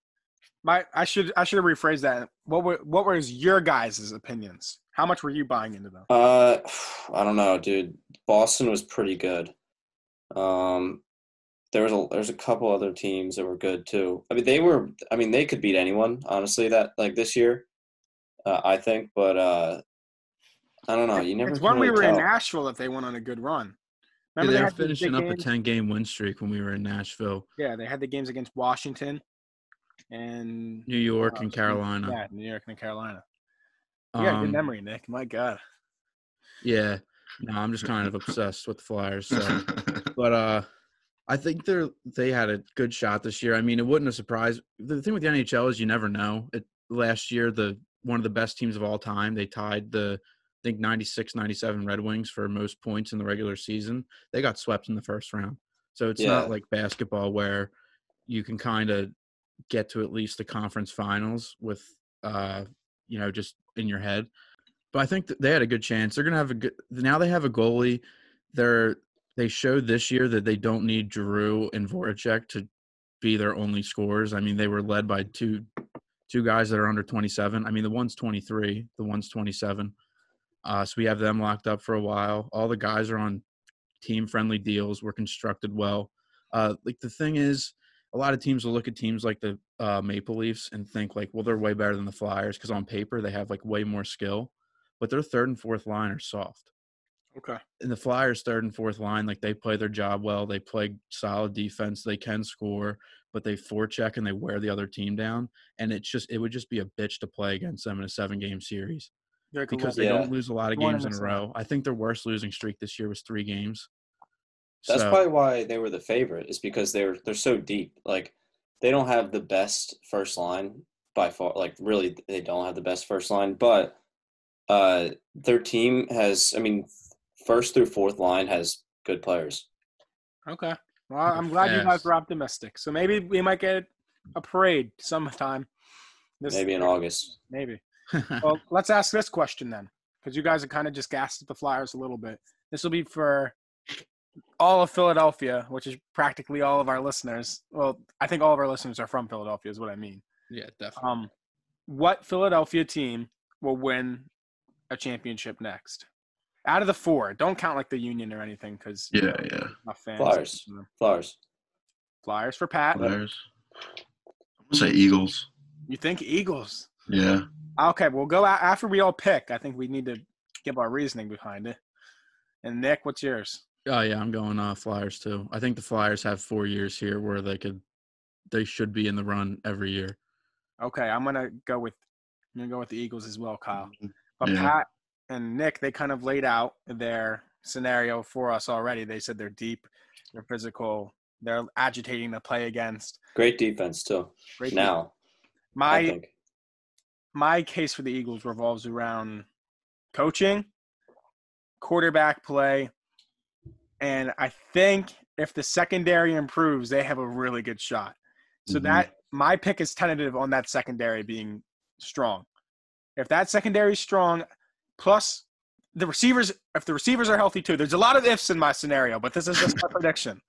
S1: My, I should, I should have rephrased that. What were, what was your guys' opinions? How much were you buying into them?
S3: Uh, [sighs] I don't know, dude. Boston was pretty good. Um, there was a there's a couple other teams that were good too. I mean, they were. I mean, they could beat anyone, honestly. That like this year, uh, I think. But uh, I don't know. Oh, You never.
S1: it's
S3: can
S1: when we
S3: really
S1: were in
S3: tell.
S1: Nashville that they went on a good run.
S2: Yeah,
S1: Remember
S2: they were
S1: had those big
S2: finishing up a
S1: games?
S2: 10 game win streak when we were in Nashville,
S1: Yeah, they had the games against Washington and
S2: New York, and
S1: Uh,
S2: Carolina.
S1: yeah, New York and Carolina. You got a
S2: Um,
S1: good memory, Nick. My God.
S2: Yeah. No, I'm just kind of obsessed with the Flyers. So. but uh I think they're they had a good shot this year. I mean, it wouldn't have surprised. The thing with the NHL is you never know. It, last year, the one of the best teams of all time, they tied the I think 96, 97 Red Wings for most points in the regular season. They got swept in the first round, so it's
S3: Yeah.
S2: not like basketball where you can kind of get to at least the conference finals with uh you know just in your head. But I think that they had a good chance. They're gonna have a good now. They have a goalie. They're they showed this year that they don't need Drew and Voracek to be their only scorers. I mean, they were led by two two guys that are under 27. I mean, the one's 23, the one's 27. Uh, so we have them locked up for a while. All the guys are on team friendly deals. Were constructed well. Uh, like the thing is, a lot of teams will look at teams like the uh, Maple Leafs and think like, well, they're way better than the Flyers because on paper they have like way more skill, but their third and fourth line are soft
S1: Okay.
S2: in the Flyers' third and fourth line, like they play their job well. They play solid defense. They can score, but they forecheck and they wear the other team down. And it's just it would just be a bitch to play against them in a seven game series
S1: They're good luck.
S2: because they
S3: Yeah.
S2: don't lose a lot of
S1: One
S2: games in a
S1: hundred
S2: row. I think their worst losing streak this year was three games.
S3: That's
S2: So-
S3: probably why they were the favorite. Is because they're they're so deep. Like they don't have the best first line by far. Like really, they don't have the best first line. But uh, their team has. I mean, first through fourth line has good players.
S1: Okay. Well, I'm
S2: They're
S1: glad you guys
S2: fast.
S1: were optimistic. So maybe we might get a parade sometime. This,
S3: Maybe in August.
S1: Maybe.
S2: [laughs]
S1: Well, let's ask this question then, because you guys are kind of just gassed at the Flyers a little bit. This will be for all of Philadelphia, which is practically all of our listeners. Well, I think all of our listeners are from Philadelphia, is what I mean.
S2: yeah, definitely.
S1: Um, what Philadelphia team will win a championship next? Out of the four, don't count like the Union or anything, because
S4: [laughs] yeah, yeah.
S1: my fans.
S3: Flyers. Flowers.
S1: Flyers for Pat.
S4: Flyers. I'm gonna say Eagles.
S1: You think Eagles?
S4: Yeah.
S1: Okay, we'll go out after we all pick. I think we need to give our reasoning behind it. And Nick, what's yours?
S2: Oh yeah, I'm going uh, Flyers too. I think the Flyers have four years here where they could they should be in the run every year.
S1: Okay, I'm gonna go with I'm gonna go with the Eagles as well, Kyle. But
S4: Yeah.
S1: Pat and Nick, they kind of laid out their scenario for us already. They said they're deep, they're physical, they're agitating to play against.
S3: Great defense too.
S1: Great
S3: Now, I,
S1: my
S3: think
S1: my case for the Eagles revolves around coaching, quarterback play, and I think if the secondary improves, they have a really good shot. So
S4: Mhm.
S1: that my pick is tentative on that secondary being strong. If that secondary is strong, plus the receivers, if the receivers are healthy too, there's a lot of ifs in my scenario, but this is just my prediction.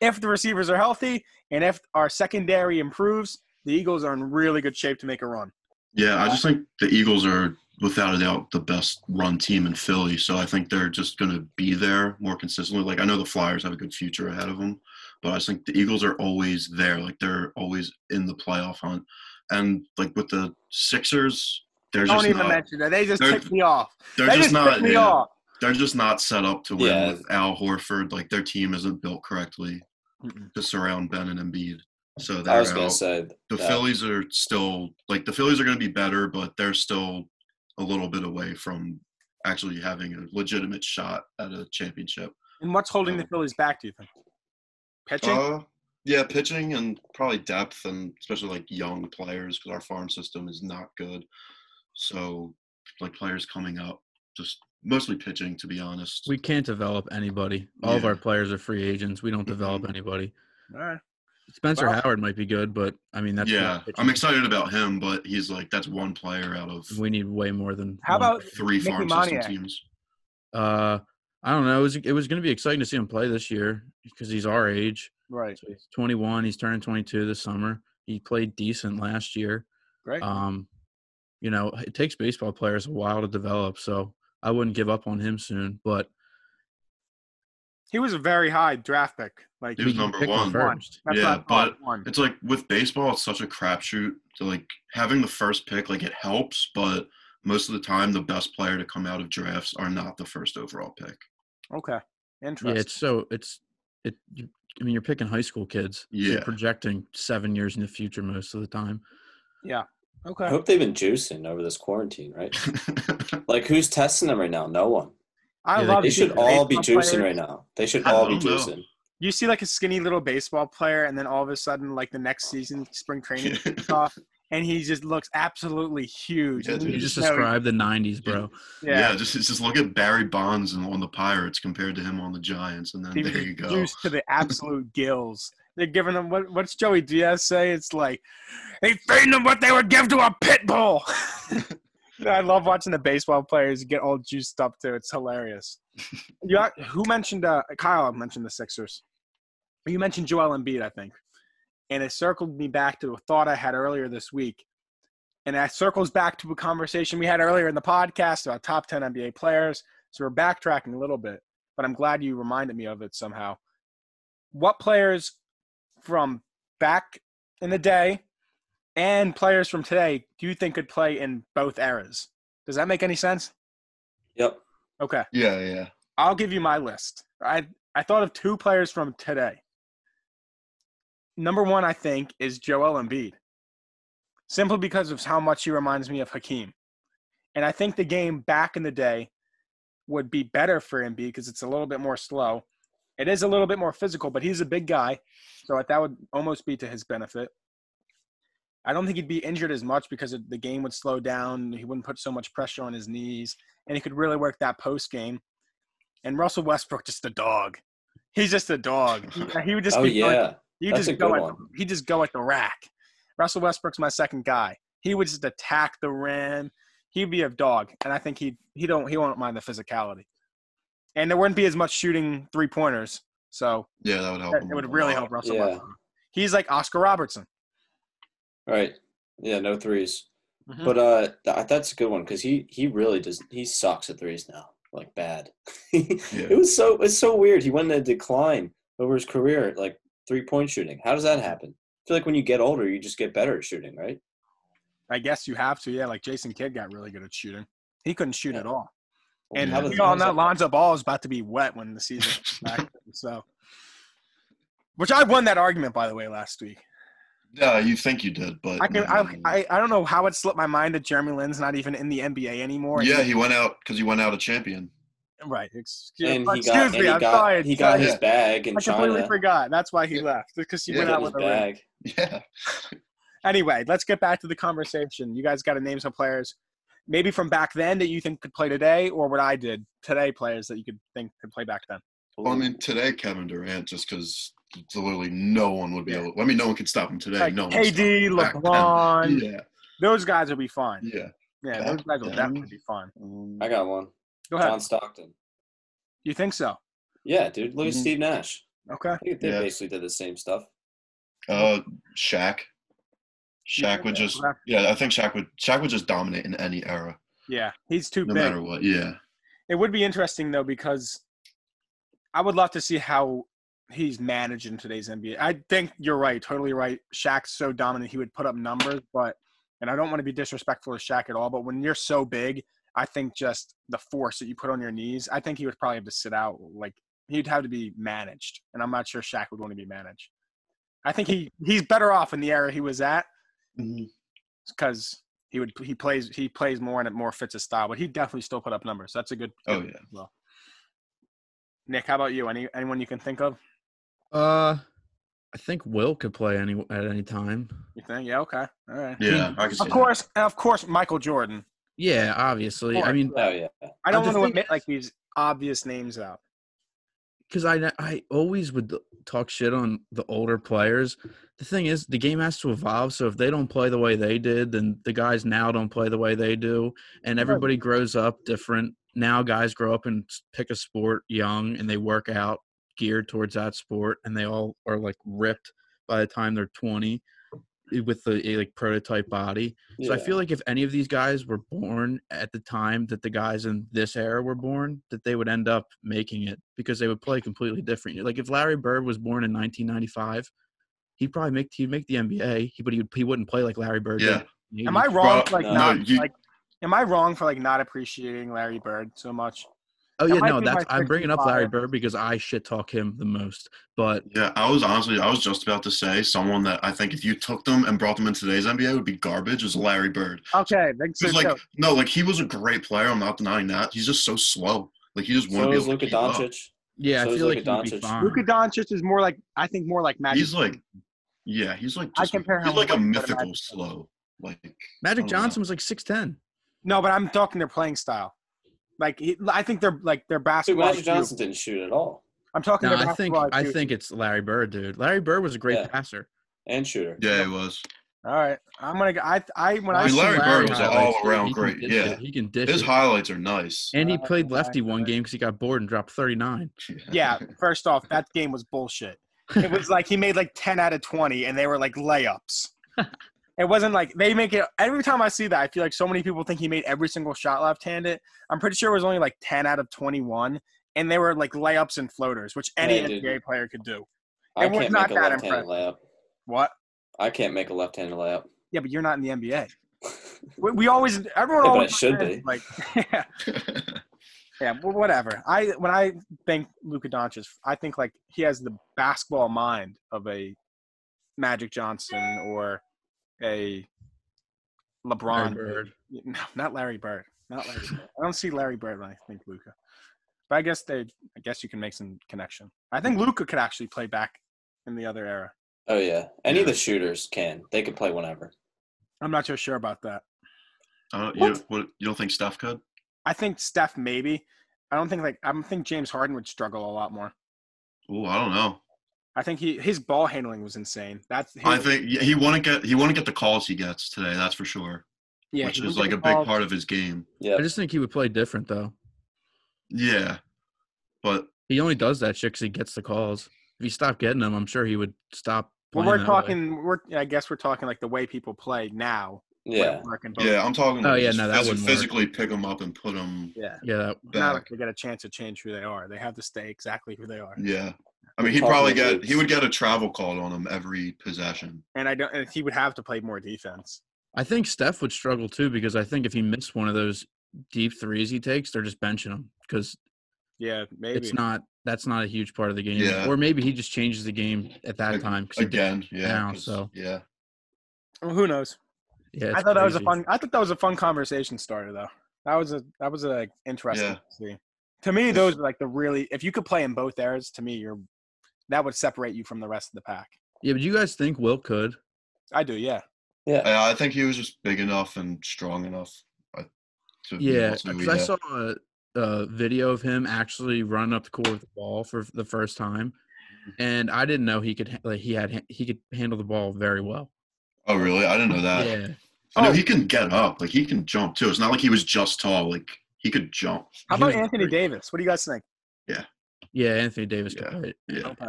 S1: If the receivers are healthy and if our secondary improves, the Eagles are in really good shape to make a run.
S4: Yeah, I just think the Eagles are without a doubt the best run team in Philly. So I think they're just going to be there more consistently. Like I know the Flyers have a good future ahead of them, but I just think the Eagles are always there. Like they're always in the playoff hunt. And like with the Sixers, they're
S1: Don't
S4: just
S1: even
S4: not.
S1: mention that. They just
S4: They're-
S1: ticked me off.
S4: they're
S1: they
S4: just,
S1: just,
S4: not.
S1: ticked me
S4: yeah,
S1: off.
S4: They're just not set up to win
S3: Yeah.
S4: with Al Horford. Like their team isn't built correctly
S1: Mm-mm.
S4: to surround Ben and Embiid. So they're
S3: I was gonna
S4: out
S3: say
S4: the
S3: that.
S4: Phillies are still like the Phillies are going to be better, but they're still a little bit away from actually having a legitimate shot at a championship.
S1: And what's holding the
S4: Um,
S1: Phillies back? Do you think? Pitching.
S4: Uh, yeah, pitching and probably depth and especially like young players because our farm system is not good. So like players coming up, just mostly pitching to be honest.
S2: We can't develop anybody. All of
S4: Yeah.
S2: our players are free agents. We don't develop anybody.
S1: All right.
S2: Spencer
S1: Well-
S2: Howard might be good, but I mean that's
S4: yeah,
S2: not pitching.
S4: I'm excited about him, but he's like that's one player out of
S2: We need way more than
S1: How
S2: one.
S1: about
S4: three
S1: Mickey
S4: farm
S1: Moniak.
S4: system teams.
S2: Uh, I don't know. It was it was going to be exciting to see him play this year because he's our age.
S1: right?
S2: So he's 21. He's turning 22 this summer. He played decent last year.
S1: Great.
S2: Um, you know, it takes baseball players a while to develop, so I wouldn't give up on him soon. But
S1: he was a very high draft pick. Like
S4: He was
S2: we
S4: number
S2: picked him
S4: one.
S2: first.
S1: that's
S4: Yeah,
S1: not part
S4: but
S1: one.
S4: It's like with baseball, it's such a crapshoot. So like having the first pick, like it helps, but most of the time, the best player to come out of drafts are not the first overall pick. [laughs]
S1: Okay.
S2: Yeah,
S1: Interesting.
S2: it's so it's it. You, I mean, you're picking high school kids. so you're
S4: Yeah.
S2: projecting seven years in the future most of the time.
S1: okay.
S3: I
S4: Oh,
S3: hope they've been juicing over this quarantine, right? Like, who's testing them right now? No one.
S1: I
S2: Yeah, they-
S1: love.
S3: They should
S1: seeing
S3: all be
S1: baseball
S3: juicing
S1: players.
S3: right now. They should
S4: I
S3: all be
S4: don't know.
S3: juicing.
S1: You see like a skinny little baseball player, and then all of a sudden, like the next season, spring training
S4: Yeah.
S1: kicks off, and he just looks absolutely huge.
S4: Yeah,
S1: And
S4: dude.
S2: You
S1: you
S2: just
S1: know-
S2: described the 90s, bro.
S1: Yeah.
S4: Yeah, just just look at Barry Bonds and on the Pirates compared to him on the Giants, and then
S1: He was
S4: there you go.
S1: reduced to the absolute gills. They're giving them what? What's Joey Diaz say? It's like they feeding them what they would give to a pit bull. [laughs] I love watching the baseball players get all juiced up too. It's
S4: [laughs]
S1: hilarious. You got- who mentioned uh, Kyle? Mentioned the Sixers. You mentioned Joel Embiid, I think, and it circled me back to a thought I had earlier this week, and that circles back to a conversation we had earlier in the podcast about top ten NBA players. So we're backtracking a little bit but I'm glad you reminded me of it somehow. What players from back in the day and players from today do you think could play in both eras? Does that make any sense?
S3: Yep.
S1: Okay.
S4: yeah, yeah.
S1: I'll give you my list. I I thought of two players from today. Number one, I think, is Joel Embiid, simply because of how much he reminds me of Hakeem, and I think the game back in the day would be better for Embiid because it's a little bit more slow. It is a little bit more physical, but he's a big guy, so that would almost be to his benefit. I don't think he'd be injured as much because of- the game would slow down. He wouldn't put so much pressure on his knees, and he could really work that post game and Russell Westbrook just a dog. He's just a
S3: [laughs]
S1: dog. He, he would just
S3: Oh
S1: be going-
S3: yeah.
S1: he would
S3: That's
S1: just
S3: a
S1: go
S3: good
S1: at,
S3: one.
S1: he just go at the rack. Russell Westbrook's my second guy. He would just attack the rim. He'd be a dog, and I think he he don't he won't mind the physicality. And there wouldn't be as much shooting three pointers, so
S4: Yeah, that would help.
S1: that,
S4: him
S1: it
S4: a
S1: would really
S4: lot.
S1: help Russell
S3: Oh Yeah.
S1: Westbrook. He's like Oscar Robertson.
S3: Right. Yeah. No threes.
S1: Mm-hmm.
S3: But uh, th- that's a good one because he he really does. He sucks at threes now, like bad. [laughs] It
S4: Yeah.
S3: was so it's so weird. He went in a decline over his career, like three point shooting. How does that happen? I feel like when you get older, you just get better at shooting, right?
S1: I guess you have to, yeah. Like Jason Kidd got really good at shooting. He couldn't shoot
S3: Yeah.
S1: at all. And
S4: how
S1: we
S4: does-
S1: all
S3: does
S1: know
S3: that-
S1: Lonzo Ball is about to be wet when the
S3: [laughs]
S1: season comes back. so, which I won that argument by the way last week.
S4: Yeah, you think you did, but
S1: I can
S4: no, no,
S1: I,
S4: no.
S1: I, I don't know how it slipped my mind that Jeremy Lin's not even in the NBA anymore.
S4: yeah, he went out because he went out a champion. [laughs]
S1: right. Excuse,
S3: And he
S1: excuse
S3: got and
S1: me.
S3: he
S1: I'm
S3: got
S1: sorry.
S3: he got
S1: sorry.
S3: his bag in
S1: I completely
S3: China.
S1: forgot. That's why he left because he
S4: Yeah.
S1: went
S3: Got
S1: out
S3: his
S1: with a ring.
S3: bag.
S4: Yeah,
S1: Anyway, let's get back to the conversation. You guys got to name some players, maybe from back then that you think could play today, or what I did today players that you could think could play back then.
S4: well, I mean today Kevin Durant just because literally no one would be able. I mean, no one could stop him today.
S1: Like
S4: no one. could
S1: KD,
S4: stop him back then.
S1: LeBron,
S4: Yeah,
S1: those guys would be fine.
S4: yeah.
S1: Yeah,
S4: Back
S1: those guys will
S4: then?
S1: definitely be fun.
S4: Um,
S3: I got one.
S1: Go ahead.
S3: John Stockton.
S1: You think so?
S3: Yeah, dude. Look at
S4: Mhm.
S3: Steve Nash.
S1: Okay.
S3: I think they
S4: Yeah.
S3: basically did the same stuff.
S4: Uh, Shaq.
S1: Yeah,
S4: Shaq would just
S1: okay.
S4: yeah. I think Shaq would Shaq would just dominate in any era,
S1: Yeah, he's too
S4: no
S1: big.
S4: matter what. Yeah,
S1: It would be interesting though because I would love to see how he's managed in today's NBA. I think you're right, totally right. Shaq's so dominant he would put up numbers, but and I don't want to be disrespectful to Shaq at all, but when you're so big, I think just the force that you put on your knees, I think he would probably have to sit out. Like he'd have to be managed, and I'm not sure Shaq would want to be managed.
S4: Mm-hmm.
S1: I think he he's better off in the era he was at because He would he plays he plays more and it more fits his style, but he definitely still put up numbers. That's a good.
S4: Oh,
S1: good
S4: yeah.
S1: as Well, Nick, how about you? Any anyone you can think of?
S2: Uh, I think Will could play any at any time.
S1: You think? Yeah. Okay. All right.
S4: Yeah, I can see
S1: Of
S4: that.
S1: course, and of course, Michael Jordan.
S2: Yeah, obviously. I
S1: course.
S2: mean,
S3: Oh yeah.
S1: I don't want
S2: I just
S1: to
S2: think-
S1: admit like these obvious names out.
S2: because I ne- I always would talk shit on the older players. The thing is, the game has to evolve. So if they don't play the way they did, then the guys now don't play the way they do, and everybody grows up different. Now guys grow up and s- pick a sport young, and they work out geared towards that sport, and they all are like ripped by the time they're twenty eh, with the eh, like prototype body. So I
S3: Yeah.
S2: feel like if any of these guys were born at the time that the guys in this era were born, that they would end up making it because they would play completely different. Like if Larry Bird was born in 1995, he'd probably make he'd make the NBA, he- but he would, he wouldn't play like Larry Bird.
S4: Yeah.
S2: did.
S1: Am I wrong?
S4: Bro,
S1: for, like
S3: no,
S1: not
S4: you-
S1: like. Am I wrong for like not appreciating Larry Bird so much?
S2: Oh
S1: that
S2: yeah,
S1: might
S2: no.
S1: be
S2: That's
S1: my
S2: I'm bringing up
S1: 65.
S2: Larry Bird because I shit talk him the most. But
S4: Yeah, I was honestly, I was just about to say someone that I think if you took them and brought them in today's NBA would be garbage is Larry Bird.
S1: Okay, thanks.
S4: Because like, no, like he was a great player. I'm not denying that. He's just so slow. Like he just
S3: So
S4: wouldn't
S3: is
S4: be able to
S3: Luka
S4: keep up.
S3: Doncic.
S2: yeah,
S3: So
S2: I
S3: is
S2: feel like
S3: Luka
S2: he'd be
S3: Doncic.
S2: fine.
S1: Luka Doncic is more like I think more like Magic.
S4: um, He's like, yeah, he's like.
S1: I
S4: Just,
S1: compare him
S4: he's like
S1: with
S4: a
S1: Luka Doncic.
S4: mythical slow. Like
S2: Magic
S4: Oh,
S2: Johnson was like six ten.
S1: No, but I'm talking their playing style. Like he, I think they're like their
S3: Dude,
S1: basketball.
S3: Magic
S1: IQ.
S3: Johnson didn't shoot at all.
S1: I'm talking
S2: No,
S1: their
S2: I think
S1: basketball
S2: I
S1: IQ.
S2: think it's Larry Bird, dude. Larry Bird was a great
S3: Yeah.
S2: passer.
S3: And shooter.
S4: yeah, it was.
S1: All right, I'm gonna. go- I I when I
S4: I mean,
S1: see
S4: Larry Bird was an
S2: highlights,
S4: all-around
S2: he can
S4: great,
S2: dish
S4: yeah.
S2: it. he can dish
S4: His
S2: it.
S4: highlights are nice.
S2: And he
S1: Uh,
S2: played
S1: okay.
S2: lefty one game because he got bored and dropped 39.
S1: Yeah, first off, that game was bullshit. It was like he made like 10 out of 20, and they were like layups. It wasn't like they make it every time I see that. I feel like so many people think he made every single shot left handed. I'm pretty sure it was only like 10 out of 21, and they were like layups and floaters, which any
S3: Yeah, dude.
S1: NBA player could do.
S3: I
S1: It was
S3: can't
S1: not
S3: make a
S1: that
S3: left-handed layup.
S1: What?
S3: I can't make a left-handed layup.
S1: Yeah, but you're not in the
S3: [laughs]
S1: NBA. We, we always, everyone
S3: Yeah, but
S1: always
S3: it should be.
S1: like, [laughs] yeah,
S4: [laughs] Uh,
S1: yeah, well, whatever. I when I think Luka Doncic, I think like he has the basketball mind of a Magic Johnson or a
S2: Larry
S1: LeBron.
S2: Bird.
S1: No, not Larry Bird. Not Larry. Bird. I don't see Larry Bird when I think Luca. But I guess they. I guess you can make some connection. I think Luca could actually play back in the other era.
S3: Oh yeah. Any of the shooters can. They can play whenever.
S1: I'm not so sure about that.
S4: I don't, you, what, you don't think Steph could?
S1: I think Steph maybe. I don't think like I think James Harden would struggle a lot more.
S4: Oh, I don't know.
S1: I think he his ball handling was insane. That's his,
S4: I think yeah, he wouldn't get he wouldn't get the calls he gets today. That's for sure.
S1: yeah,
S4: which
S1: he
S4: is
S1: would
S4: like
S1: get
S4: a big
S1: called-
S4: part of his game.
S3: Yeah.
S2: I just think he would play different, though.
S4: Yeah, but
S2: He only does that shit because he gets the calls. If he stopped getting them, I'm sure he would stop
S1: Well,
S2: playing.
S1: we're
S2: that way.
S1: talking. We're I guess we're talking like the way people play now.
S3: Yeah.
S1: Working both-
S4: yeah, I'm talking.
S2: Oh,
S4: like
S2: yeah,
S4: just
S2: no, that
S4: phys-
S2: wouldn't work.
S4: physically pick him up and put him
S1: yeah.
S2: Yeah, that,
S1: Now
S4: back.
S1: they get a chance to change who they are. They have to stay exactly who they are.
S4: Yeah. I
S3: We're
S4: mean, he'd probably
S3: talking
S4: get
S3: about
S4: he would get a travel called on him every possession.
S1: And I don't. And he would have to play more defense.
S2: I think Steph would struggle too because I think if he missed one of those deep threes he takes, they're just benching him because
S1: Yeah, maybe.
S2: it's not that's not a huge part of the game.
S4: Yeah.
S2: Or maybe he just changes the game at that
S4: Ag-
S2: time. 'cause he did-
S4: Again, yeah.
S2: now,
S4: 'cause-
S2: so.
S4: yeah,
S1: Well, who knows?
S2: yeah,
S1: I
S2: it's
S1: thought that was a
S2: crazy.
S1: fun. I thought that was a fun conversation starter, though. That was a that was a like, interesting
S4: Yeah.
S1: to see. To me,
S4: It's-
S1: those are like the really. If you could play in both eras, to me, you're that would separate you from the rest of the pack.
S2: Yeah, but you guys think Will could?
S1: I do, yeah.
S3: Yeah.
S4: Uh, I, I think he was just big enough and strong enough. I, to be
S2: Yeah,
S4: able to,
S2: because I saw a, a video of him actually running up the court with the ball for the first time,
S1: Mm-hmm.
S2: and I didn't know he could ha- like he had ha- he could handle the ball very well.
S4: Oh, really? I didn't know that.
S2: yeah,
S4: I know
S1: Oh.
S4: he can get up. Like he can jump too. It's not like he was just tall. Like he could jump.
S1: How
S2: He
S1: about
S2: was
S1: Anthony
S2: great.
S1: Davis? What do you guys think?
S2: yeah, Anthony Davis could
S4: Yeah,
S2: play it.
S4: Yeah.
S1: Okay.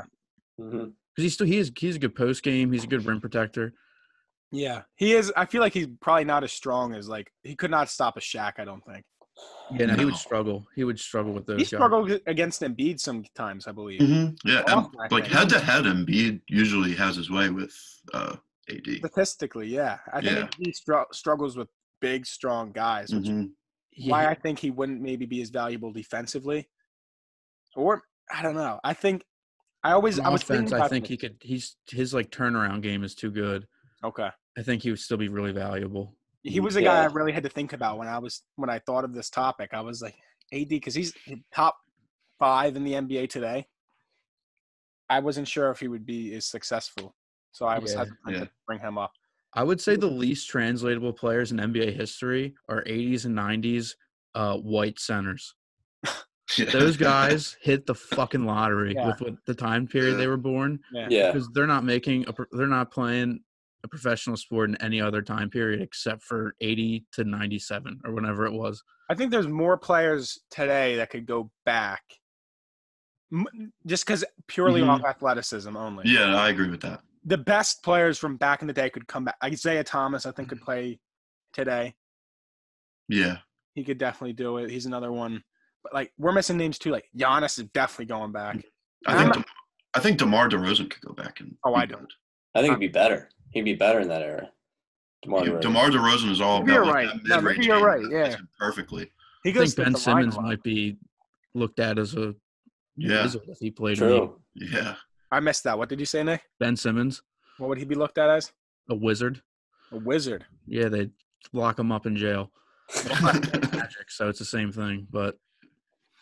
S3: Mhm.
S2: because he's still he is he's a good post game. He's a good rim protector.
S1: Yeah, he is. I feel like he's probably not as strong as like he could not stop a Shaq. I don't think
S2: Yeah, no, he would
S4: No.
S2: struggle. He would struggle with those.
S1: he
S2: guys.
S1: struggled against Embiid sometimes. I believe.
S4: hmm Yeah.
S1: Oh,
S4: and, like
S1: okay.
S4: head to head, Embiid usually has his way with uh, AD.
S2: Mm-hmm.
S1: Statistically, yeah, I think
S4: Yeah.
S1: he str- struggles with big, strong guys,
S2: Mm-hmm.
S1: which
S4: Mhm.
S1: is
S2: He-
S1: why I think he wouldn't maybe be as valuable defensively. Or I don't know. I think I always
S2: on
S1: I was
S2: offense,
S1: thinking
S2: I
S1: about
S2: think
S1: this.
S2: he could. He's his like turnaround game is too good.
S1: okay.
S2: I think he would still be really valuable.
S1: He was a guy I
S3: Yeah.
S1: really had to think about when I was when I thought of this topic. I was like, AD, because he's top five in the NBA today. I wasn't sure if he would be as successful, so I was
S2: Yeah.
S1: hesitant
S4: Yeah.
S1: to bring him up.
S2: I would say the least translatable players in NBA history are 80s and 90s uh, white centers.
S4: Yeah.
S2: Those
S1: [laughs]
S2: guys hit the fucking lottery
S1: Yeah.
S2: with what the time period they were born
S1: Yeah.
S3: Yeah.
S2: because they're not making a, pro- they're not playing a professional sport in any other time period except for 80 to 97 or whenever it was.
S1: I think there's more players today that could go back, M- just because purely
S2: Mhm.
S1: off athleticism only.
S4: [laughs] yeah, I agree with that.
S1: the best players from back in the day could come back. Isaiah Thomas, I think, could play today.
S4: Yeah.
S1: He could definitely do it. He's another one. But like we're missing names too. Like Giannis is definitely going back.
S4: I think
S1: I'm-
S4: De- I think DeMar DeRozan could go back and
S1: Oh,
S4: be
S1: I don't.
S4: good.
S3: I think he'd be better. He'd be better in that era. DeMar
S4: Yeah,
S3: DeRozan.
S4: DeMar DeRozan is all
S1: Maybe you're
S4: about like,
S1: right.
S4: that
S1: No, maybe
S4: mid-range
S1: you're
S4: game.
S1: right,
S4: That
S1: yeah.
S4: fits him perfectly.
S1: He
S2: I think
S1: through
S2: Ben
S1: the line a
S2: Simmons
S1: lot.
S2: might be looked at as a
S4: Yeah.
S2: wizard if he played. in the-
S3: True.
S4: Yeah.
S1: I missed that. What did you say, Nick?
S2: Ben Simmons,
S1: What would he be looked at as?
S2: a wizard.
S1: A wizard. [laughs]
S2: Yeah, they lock him up in jail.
S4: [laughs]
S2: magic, so it's the same thing. But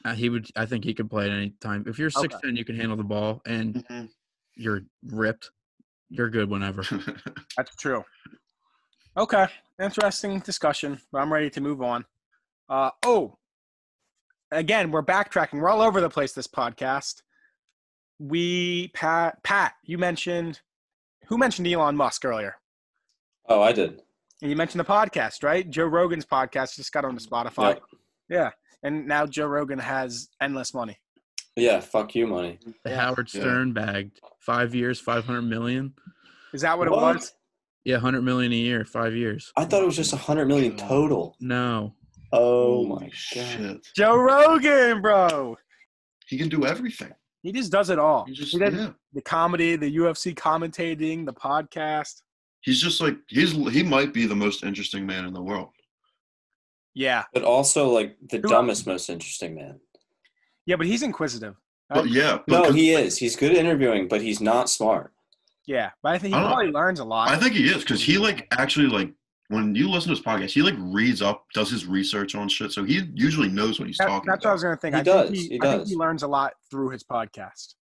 S2: uh, he would, I think he could play at any time. If you're
S1: Okay.
S2: six ten, you can handle the ball, and
S4: Mhm.
S2: you're ripped. You're
S1: [laughs]
S2: good whenever.
S1: That's true. Okay. Interesting discussion. But I'm ready to move on. Uh, oh, again, we're backtracking. We're all over the place this podcast. We, Pat, Pat, you mentioned, who mentioned Elon Musk earlier?
S3: Oh, I did.
S1: And you mentioned the podcast, right? Joe Rogan's podcast just got onto Spotify. Yeah. And now Joe Rogan has endless money.
S3: Yeah, fuck you, money.
S2: The Howard
S4: Yeah.
S2: Stern bagged five years, five hundred million.
S1: Is that what, it was?
S2: Yeah, hundred million a year, five years.
S3: I thought it was just a hundred million total.
S2: No,
S3: Oh my
S4: Holy
S3: god.
S4: shit.
S1: Joe Rogan, bro.
S4: He can do everything.
S1: He just does it all.
S4: He just
S1: He does
S4: yeah.
S1: the comedy, the UFC commentating, the podcast.
S4: He's just like he's he might be the most interesting man in the world.
S1: Yeah.
S3: But also like the
S1: Who-
S3: dumbest, most interesting man.
S1: Yeah, but he's inquisitive.
S4: But yeah,
S3: No,
S4: because-
S3: he is. He's good at interviewing, but he's not smart.
S1: Yeah. But I think he
S4: I don't-
S1: probably learns a lot.
S4: I think he is because he like actually like when you listen to his podcast, he like reads up, does his research on shit, so he usually knows what he's
S1: That-
S4: talking.
S1: that's what I
S4: about.
S1: was gonna think.
S3: He
S1: I
S3: does,
S1: Think he,
S3: he
S1: I think
S3: does.
S1: he learns a lot through his podcast.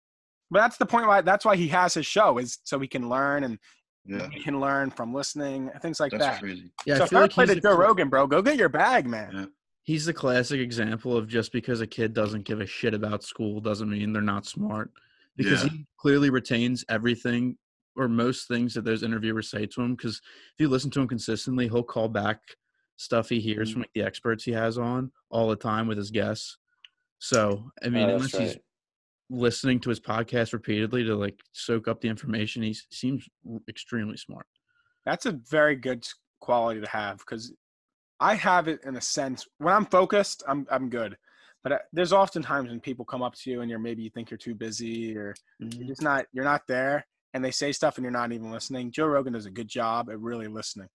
S1: But that's the point why that's why he has his show is so he can learn and
S4: yeah,
S1: he can learn from listening, things like
S4: that's
S1: that.
S4: crazy.
S2: yeah,
S1: so
S2: I
S1: if
S2: feel
S1: you're
S2: like
S1: playing
S2: he's,
S1: to
S2: the
S1: Joe
S2: cla-
S1: Rogan, bro, go get your bag, man.
S4: Yeah.
S2: he's the classic example of just because a kid doesn't give a shit about school doesn't mean they're not smart. Because
S4: Yeah.
S2: he clearly retains everything or most things that those interviewers say to him. Because if you listen to him consistently, he'll call back stuff he hears
S3: Mm-hmm.
S4: Mhm.
S2: from like, the experts he has on all the time with his guests. So I mean,
S3: Oh,
S2: unless
S3: that's
S2: he's
S3: right.
S2: listening to his podcast repeatedly to like soak up the information, he s- seems extremely smart.
S1: That's a very good s- quality to have because I have it in a sense. When I'm focused, I'm I'm good. But uh, there's often times when people come up to you and you're maybe you think you're too busy or you're just not you're not there and they say stuff and you're not even listening. Joe Rogan does a good job at really listening.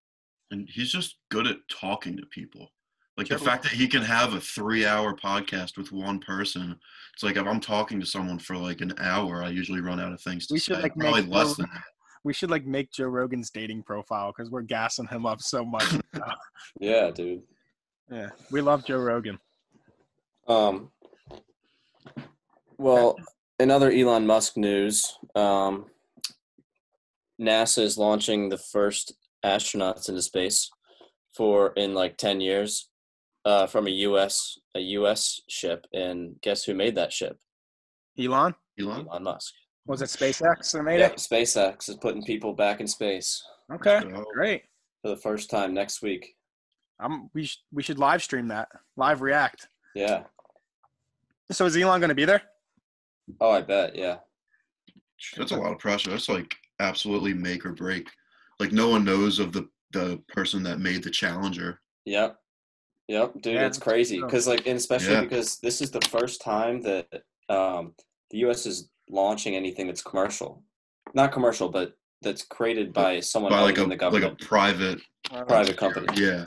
S4: And he's just good at talking to people. Like the
S1: Sure.
S4: fact that he can have a three-hour podcast with one person, it's like if I'm talking to someone for like an hour, I usually run out of things to
S1: We
S4: say.
S1: should, like, make
S4: Probably less
S1: Joe-
S4: than that.
S1: We should like make Joe Rogan's dating profile because we're gassing him up so much.
S3: Yeah, dude.
S1: yeah, we love Joe Rogan.
S3: Um, well, in other Elon Musk news, um, NASA is launching the first astronauts into space for in like ten years uh, from a U.S. a U.S. ship, and guess who made that ship?
S1: Elon
S4: Elon.
S3: Elon Musk.
S1: was it SpaceX that made
S3: Yep, SpaceX is putting people back in space
S1: it? Okay,
S4: So,
S1: great.
S3: for the first time next week.
S1: I'm, we sh- we should live stream that. Live react.
S3: Yeah.
S1: So is Elon going to be there?
S3: Oh, I bet. Yeah.
S4: That's a lot of pressure. That's like absolutely make or break. Like no one knows of the the person that made the challenger.
S3: Yep. Yep, dude,
S1: Yeah, that's
S3: it's crazy
S1: true.
S3: because like, and especially
S4: Yeah.
S3: because this is the first time that um, the U.S. is launching anything that's commercial, not commercial, but that's created by someone
S4: by
S3: other
S4: like a
S3: than the
S4: like a
S3: government,
S4: private
S3: private company.
S4: yeah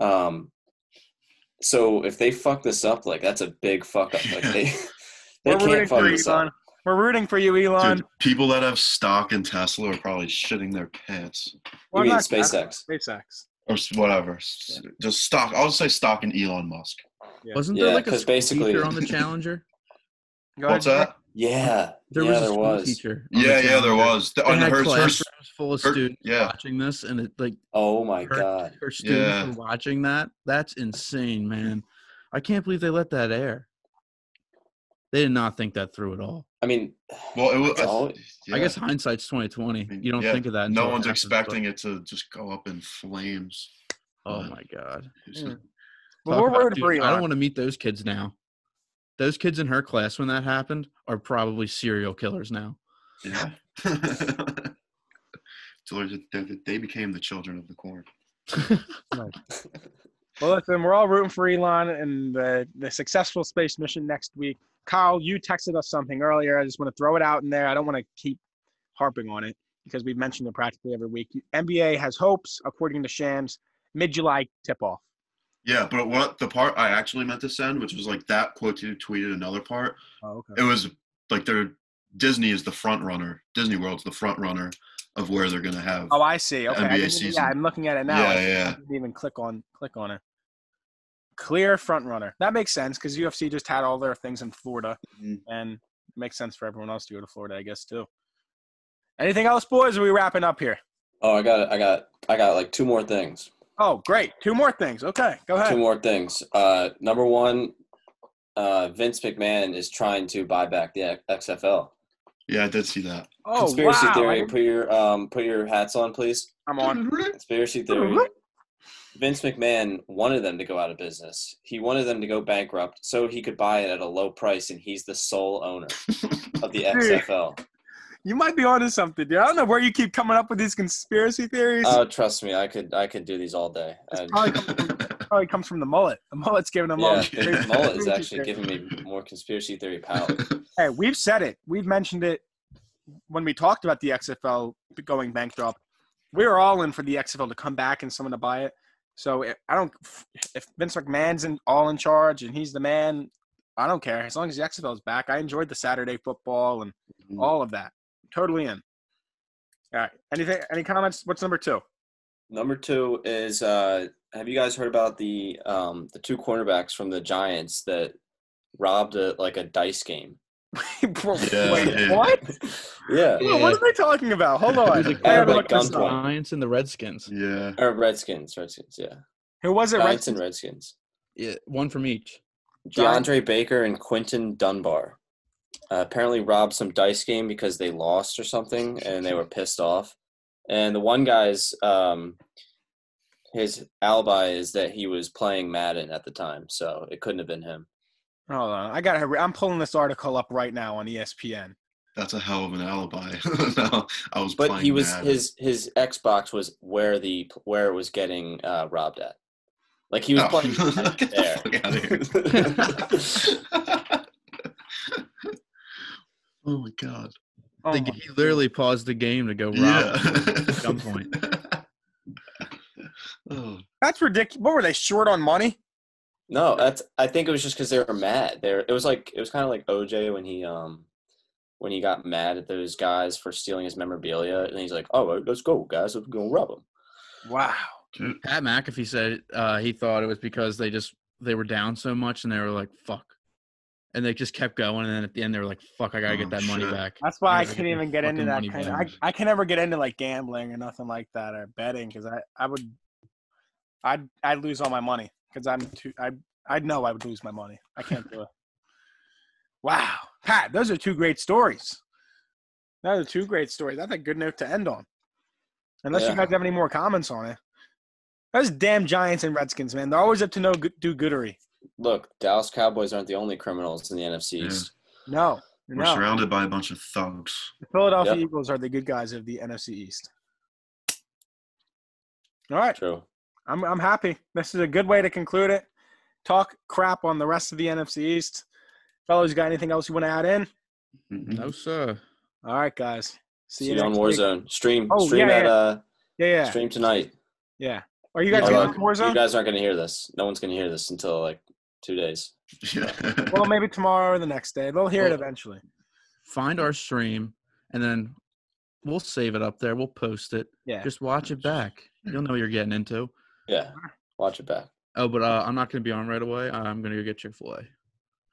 S3: Um, so if they fuck this up, like that's a big fuck up. Like
S4: Yeah. [laughs]
S3: they, [laughs] they can't fuck this
S1: Elon.
S3: up.
S1: We're rooting for you, Elon.
S4: Dude, people that have stock in Tesla are probably shitting their pants.
S1: Well,
S3: you
S1: I'm
S3: mean
S1: not-
S3: SpaceX?
S1: SpaceX.
S4: or s- whatever. S- Just stock. I'll just say stock in Elon Musk.
S1: Yeah.
S2: Wasn't
S3: Yeah,
S2: there like a
S3: 'cause
S2: school
S3: basically-
S2: teacher
S3: [laughs]
S2: on the Challenger?
S1: Go
S4: What's
S1: ahead,
S4: that?
S3: Yeah,
S2: There
S3: yeah,
S2: was a
S3: there
S2: school
S3: was.
S2: teacher. on the
S4: Yeah, yeah, there
S2: Challenger.
S4: was. The-
S2: They
S4: and
S2: had
S4: her- her-
S2: classrooms full of
S4: her-
S2: students
S4: yeah.
S2: watching this, and it like
S3: Oh my
S2: her,
S3: god.
S2: her students
S4: Yeah.
S2: were watching that. That's insane, man. I can't believe they let that air. They did not think that through at all.
S3: I mean,
S4: well, it was.
S3: it's always-
S4: yeah.
S2: I guess hindsight's twenty twenty. You don't
S4: Yeah,
S2: think of that.
S4: No
S2: until
S4: one's
S2: after the fact.
S4: expecting it to just go up in flames.
S2: Oh my god.
S1: Yeah.
S2: Talk
S1: Well, we're
S2: about-
S1: worried
S2: dude,
S1: for Elon.
S2: I don't want to meet those kids now. Those kids in her class when that happened are probably serial killers now.
S4: Yeah. [laughs] so they, they became the children of the corn.
S1: Well, listen, we're all rooting for Elon and the, the successful space mission next week. Kyle, you texted us something earlier. I just want to throw it out in there. I don't want to keep harping on it because we've mentioned it practically every week. NBA has hopes, according to Shams, mid July tip off.
S4: Yeah, but what the part I actually meant to send, which was like that quote you tweeted another part.
S1: Oh, okay.
S4: It was like they're Disney is the front runner. Disney World's the front runner of where they're gonna have.
S1: Oh, I see. Okay. I
S4: NBA
S1: didn't-
S4: season.
S1: yeah, I'm looking at it now.
S4: Yeah,
S1: I
S4: yeah.
S1: didn't even click on click on it. Clear front runner. That makes sense because UFC just had all their things in Florida,
S3: Mm-hmm.
S4: Mhm.
S1: and it makes sense for everyone else to go to Florida, I guess too. Anything else, boys? Are we wrapping up here?
S3: oh, I got, I got, I got like two more things.
S1: Oh, great. Two more things. Okay, go
S3: Two
S1: ahead.
S3: more things. Uh, number one, uh, Vince McMahon is trying to buy back the XFL.
S4: Yeah, I did see that.
S1: Oh,
S3: Conspiracy
S1: wow.
S3: theory.
S1: I-
S3: Put your um, put your hats on, please.
S1: I'm on.
S3: Conspiracy theory. Vince McMahon wanted them to go out of business. He wanted them to go bankrupt so he could buy it at a low price, and he's the sole owner
S1: [laughs]
S3: of the XFL.
S1: You might be onto something, dude. I don't know where you keep coming up with these conspiracy theories.
S3: Oh, trust me, I could I could do these all day. Uh,
S1: [laughs]
S3: I,
S1: probably, comes from, probably comes from the mullet. The mullet's giving them all.
S3: yeah, [laughs]
S1: the
S4: Yeah.
S1: conspiracy
S3: mullet is
S1: theories
S3: actually
S1: here.
S3: giving me more conspiracy theory power.
S1: Hey, we've said it. We've mentioned it when we talked about the XFL going bankrupt. We were all in for the XFL to come back and someone to buy it. So if, I don't. If Vince McMahon's in, all in charge and he's the man, I don't care. As long as the XFL is back, I enjoyed the Saturday football and
S2: Mm-hmm.
S1: all of that. Totally in. All right. Anything? Any comments? What's number two? [laughs]
S3: Number two is uh, have you guys heard about the um, the two cornerbacks from the Giants that robbed a, like a dice game?
S4: Yeah,
S1: Wait,
S4: yeah.
S1: what?
S3: Yeah,
S1: Whoa, What are they talking about? Hold on.
S2: It was
S1: I
S2: a
S1: gotta
S3: Like
S1: look this
S3: gunpoint.
S1: up.
S2: Giants and the Redskins.
S4: Yeah.
S3: or Redskins, Redskins, yeah,
S1: Who was it?
S3: Giants and
S1: Rex?
S3: Redskins.
S2: Yeah, one from each.
S1: Giants.
S3: DeAndre Baker and Quentin Dunbar uh, apparently robbed some dice game because they lost or something, and they were pissed off. And the one guy's um, his alibi is that he was playing Madden at the time, so it couldn't have been him.
S1: Hold on. I got. to I'm pulling this article up right now on E ESPN.
S4: That's a hell of an alibi. [laughs] no, I was
S3: But
S4: playing
S3: he was
S4: Madden.
S3: his his Xbox was where the where it was getting uh, robbed at. Like he was
S4: Oh. [laughs]
S3: playing Madden
S4: Get
S3: there.
S4: the fuck out of here. [laughs] oh my god.
S1: Oh
S2: They-
S1: my-
S2: he literally paused the game to go rob [laughs]
S4: yeah. [laughs]
S2: gunpoint.
S4: oh,
S1: That's ridiculous. What were they short on money?
S3: [laughs] No, that's. I think it was just because they were mad. There, it was like it was kind of like OJ when he um when he got mad at those guys for stealing his memorabilia, and he's like, "All right, let's go, guys. We're gonna rob them."
S1: Wow.
S4: dude.
S2: Pat McAfee said uh, he thought it was because they just they were down so much and they were like fuck, and they just kept going and then at the end they were like fuck I gotta
S4: Oh,
S2: get that money
S4: shit.
S2: back.
S1: That's why I
S2: gotta
S1: can't
S2: my
S1: even get into
S2: fucking
S1: that
S2: money
S1: kind of. I,
S2: back."
S1: I can never get into like gambling or nothing like that or betting because I I would, I'd I'd lose all my money because I'm too I I know I would lose my money. I can't do it. Wow, Pat, those are two great stories. Those are two great stories. That's a good note to end on. Unless you
S3: Yeah.
S1: guys have any more comments on it. Those damn Giants and Redskins, man. They're always up to no good, do goodery.
S3: Look, Dallas Cowboys aren't the only criminals in the NFC East.
S1: No,
S4: We're
S1: no.
S4: surrounded by a bunch of thugs.
S1: The Philadelphia
S3: Yep.
S1: Eagles are the good guys of the NFC East. All right,
S3: True.
S1: I'm I'm happy. This is a good way to conclude it. Talk crap on the rest of the NFC East. Fellows, you got anything else you want to add in?
S2: no sir.
S1: All right, guys. See,
S3: See you,
S1: you
S3: on
S1: next week.
S3: Warzone. Stream.
S1: Oh,
S3: stream
S1: yeah,
S3: at
S1: yeah.
S3: uh
S1: Yeah, yeah,
S3: stream tonight.
S1: yeah. Are you guys
S3: Oh,
S1: going on
S3: look,
S1: Warzone?
S3: You guys aren't gonna hear this. No one's gonna hear this until like two days.
S4: [laughs] Yeah. [laughs]
S1: well, maybe tomorrow or the next day. They'll
S3: Oh.
S1: hear it eventually.
S2: Find our stream and then we'll save it up there. We'll post it.
S1: Yeah.
S2: Just watch it back. You'll know what you're getting into.
S3: Yeah. Watch it back.
S2: Oh, but uh, I'm not gonna be on right away. I'm gonna go get Chick Fil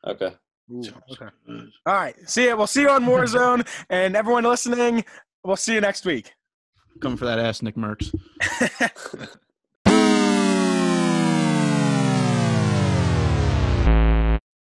S2: A.
S3: Okay.
S1: Ooh,
S4: Sounds
S1: okay.
S2: good.
S1: All right. See ya. We'll see you on Warzone. and everyone listening, we'll see you next week. [laughs]
S2: Coming for that ass, Nick Merckx.